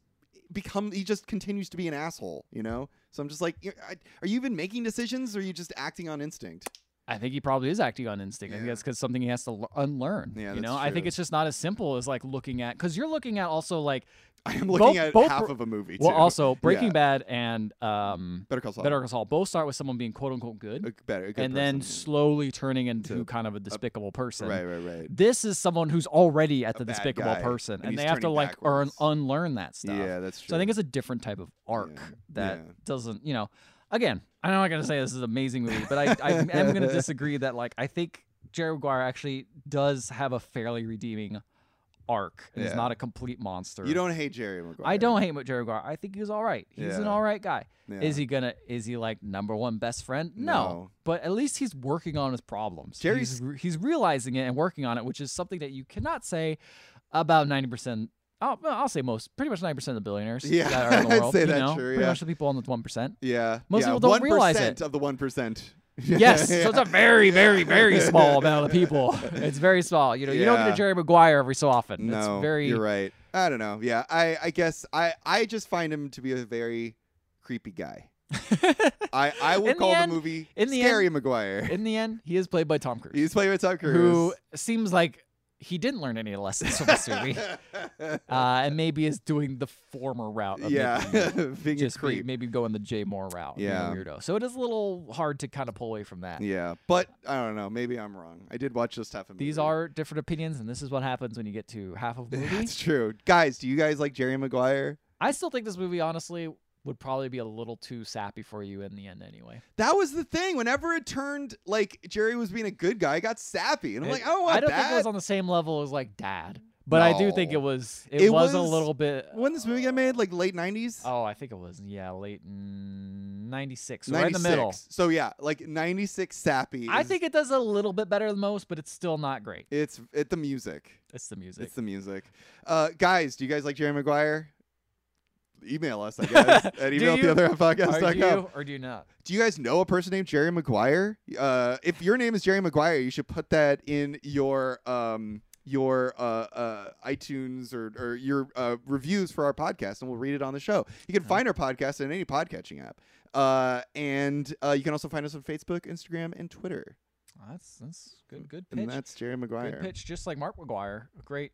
S1: become he just continues to be an asshole, you know. So I'm just like, "You're- I- are you even making decisions, or are you just acting on instinct?
S2: I think he probably is acting on instinct. I think
S1: Yeah.
S2: that's because something he has to l- unlearn.
S1: Yeah, that's
S2: you know, I think
S1: true.
S2: it's just not as simple as like looking at because you're looking at also like
S1: I am looking
S2: Both-
S1: at
S2: both
S1: half
S2: were-
S1: of a movie.
S2: well
S1: too.
S2: also Breaking
S1: Yeah.
S2: Bad and um
S1: Better Call Saul.
S2: Better Call Saul both start with someone being quote unquote good,
S1: a, better, a good
S2: and then
S1: person.
S2: slowly turning into kind of a despicable person.
S1: Right, right, right.
S2: This is someone who's already at the
S1: bad
S2: despicable
S1: guy,
S2: person,
S1: and
S2: and,
S1: he's
S2: they have to
S1: turning
S2: like earn,
S1: backwards.
S2: unlearn that stuff.
S1: Yeah, that's true.
S2: So I think it's a different type of arc
S1: Yeah.
S2: that
S1: Yeah.
S2: doesn't, you know. Again, I'm not gonna say this is an amazing movie, but I, I am gonna disagree that like I think Jerry Maguire actually does have a fairly redeeming arc and is
S1: Yeah.
S2: not a complete monster.
S1: you don't hate Jerry Maguire.
S2: I don't hate Jerry Maguire. I think he's all right. He's an
S1: Yeah.
S2: all right guy.
S1: Yeah.
S2: Is he gonna? Is he like number one best friend? No.
S1: No.
S2: But at least he's working on his problems. he's,
S1: Jerry's-
S2: re- he's realizing it and working on it, which is something that you cannot say about ninety percent. I'll, I'll say most, pretty much ninety percent of the billionaires.
S1: Yeah,
S2: that are in the
S1: I'd
S2: world,
S1: say
S2: you
S1: that's
S2: know?
S1: true,
S2: Pretty
S1: yeah.
S2: much the people on the one percent.
S1: Yeah,
S2: Most
S1: yeah.
S2: people don't realize
S1: 1%
S2: it.
S1: of the one percent.
S2: Yes, so it's a very, very, very small amount of people. It's very small. You know, you don't get a
S1: Yeah.
S2: Jerry Maguire every so often.
S1: no,
S2: it's very
S1: you're right. I don't know. Yeah, I, I guess I, I just find him to be a very creepy guy. I, I
S2: In
S1: would
S2: the
S1: call
S2: end-
S1: the movie
S2: in the
S1: Scary Maguire.
S2: In the end, he is played by Tom Cruise.
S1: He's playing with Tom Cruise.
S2: who seems like he didn't learn any lessons from this movie, uh, and maybe is doing the former route. Of
S1: yeah,
S2: making-
S1: being a
S2: just be-
S1: creep.
S2: maybe going the Jay Moore route. being a
S1: Yeah.
S2: weirdo. So it is a little hard to kind of pull away from that.
S1: Yeah, but I don't know. Maybe I'm wrong. I did watch just half a movie.
S2: These are different opinions, and this is what happens when you get to half of a movie.
S1: That's true. Guys, do you guys like Jerry Maguire?
S2: I still think this movie, honestly, would probably be a little too sappy for you in the end, anyway.
S1: That was the thing. Whenever it turned like Jerry was being a good guy, I got sappy, and I'm
S2: It-
S1: like, "Oh, I don't want
S2: I don't
S1: that.
S2: think it was on the same level as like Dad, but I do think it
S1: No.
S2: was. It,
S1: It
S2: was, a
S1: was-
S2: little bit.
S1: when this movie got made, like late '90s.
S2: Oh, I think it was yeah, late ninety six, so right in the middle.
S1: 96. So yeah, like '96 sappy.
S2: I
S1: is-
S2: think it does a little bit better than most, but it's still not great.
S1: it's it the music.
S2: It's the music.
S1: It's the music. Uh, guys, do you guys like Jerry Maguire? Email us, I guess. at
S2: Do
S1: email
S2: you-
S1: at the other
S2: are
S1: podcast.com.
S2: you or do you not?
S1: Do you guys know a person named Jerry Maguire? Uh, if your name is Jerry Maguire, you should put that in your um your uh, uh iTunes or or your uh, reviews for our podcast, and we'll read it on the show. You can find our podcast in any podcatching app, uh, and uh, you can also find us on Facebook, Instagram, and Twitter.
S2: That's that's good. Good pitch.
S1: And that's Jerry
S2: good
S1: Maguire.
S2: pitch. Just like Mark McGuire, a great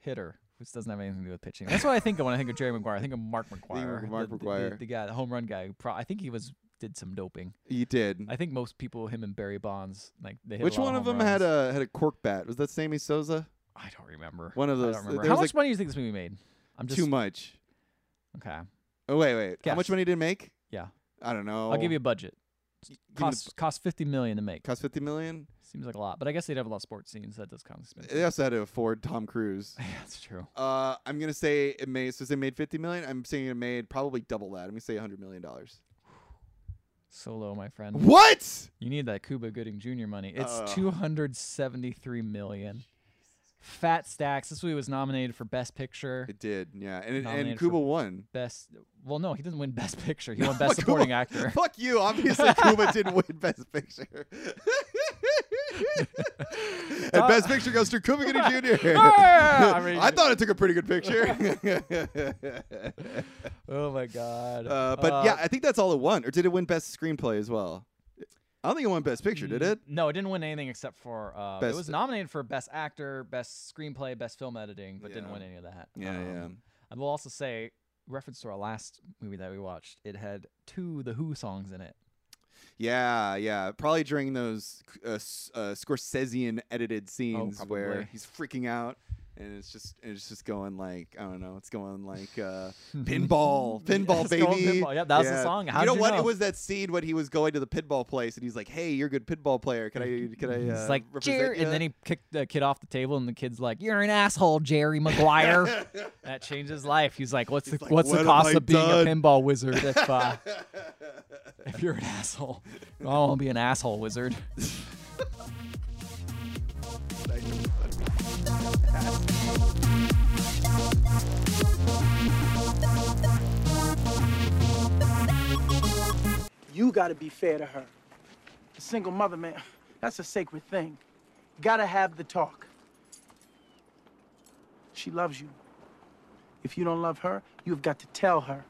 S2: hitter, which doesn't have anything to do with pitching. That's what I think of when I think of Jerry McGuire. I think of Mark McGuire,
S1: Mark
S2: the, the- The,
S1: McGuire.
S2: the guy, the home run guy. Who pro- I think he was did some doping.
S1: You did.
S2: I think most people, him and Barry Bonds, like they hit a
S1: Which
S2: lot
S1: one of
S2: home
S1: them had
S2: runs.
S1: a had a cork bat? Was that Sammy Sosa?
S2: I don't remember.
S1: one of
S2: I don't
S1: those-
S2: remember.
S1: there
S2: How
S1: was,
S2: much
S1: like-
S2: money do you think this movie made? I'm just
S1: Too much.
S2: okay.
S1: Oh wait, wait. How
S2: Guess.
S1: much money did it make?
S2: Yeah.
S1: I don't know.
S2: I'll give you a budget.
S1: the
S2: Cost cost fifty million to make.
S1: cost fifty million.
S2: Seems like a lot, but I guess they'd have a lot of sports scenes. That does kind of expensive.
S1: They also had to afford Tom Cruise.
S2: Yeah, that's true.
S1: Uh, I'm gonna say it made. So they made fifty million. I'm saying it made probably double that. I'm gonna say hundred million dollars.
S2: Solo, my friend.
S1: What? Uh.
S2: You need that Cuba Gooding Jr. money. It's
S1: Ugh.
S2: two hundred seventy-three million. Fat Stacks. This movie was nominated for Best Picture.
S1: It did, yeah. And it, and
S2: Nominated
S1: Kuba
S2: for-
S1: won.
S2: Best. Well, no, he didn't win Best Picture.
S1: Oh
S2: He won Best
S1: Kuba-
S2: Supporting Actor.
S1: Fuck you. Obviously, Kuba didn't win Best Picture. and Best Picture goes to Kuba Gooding Jr.
S2: I mean-
S1: I thought it took a pretty good picture.
S2: Oh my god.
S1: uh, but yeah, I think that's all it won. Or did it win Best Screenplay as well? I don't think it won Best Picture, did it?
S2: No, it didn't win anything except for uh, it
S1: Best-
S2: was nominated for Best Actor, Best Screenplay, Best Film Editing, but didn't
S1: Yeah.
S2: win any of that. Um,
S1: Yeah, yeah.
S2: I will also say, reference to our last movie that we watched, it had two The Who songs in it.
S1: Yeah, yeah. Probably during those uh, s- uh, Scorsesean edited scenes where
S2: Oh, probably.
S1: he's freaking out. And it's just it's just going like I don't know it's going like uh, pinball pinball
S2: It's going
S1: baby
S2: pinball. Yep, that was the song. How'd
S1: you know
S2: you
S1: what
S2: know?
S1: it was that scene when he was going to the pinball place and he's like hey you're a good pinball player can I can I uh,
S2: It's like Jerry,
S1: represent
S2: and
S1: ya?"
S2: then he kicked the kid off the table, and the kid's like, "You're an asshole, Jerry Maguire." that changed his life. He's like, "What's the
S1: like,
S2: what's
S1: "What
S2: the
S1: have
S2: cost
S1: I
S2: of being
S1: done?"
S2: a pinball wizard if uh, if you're an asshole? I want to be an asshole wizard."
S6: You gotta be fair to her. A single mother, man, that's a sacred thing. You gotta have the talk. She loves you. If you don't love her, you've got to tell her.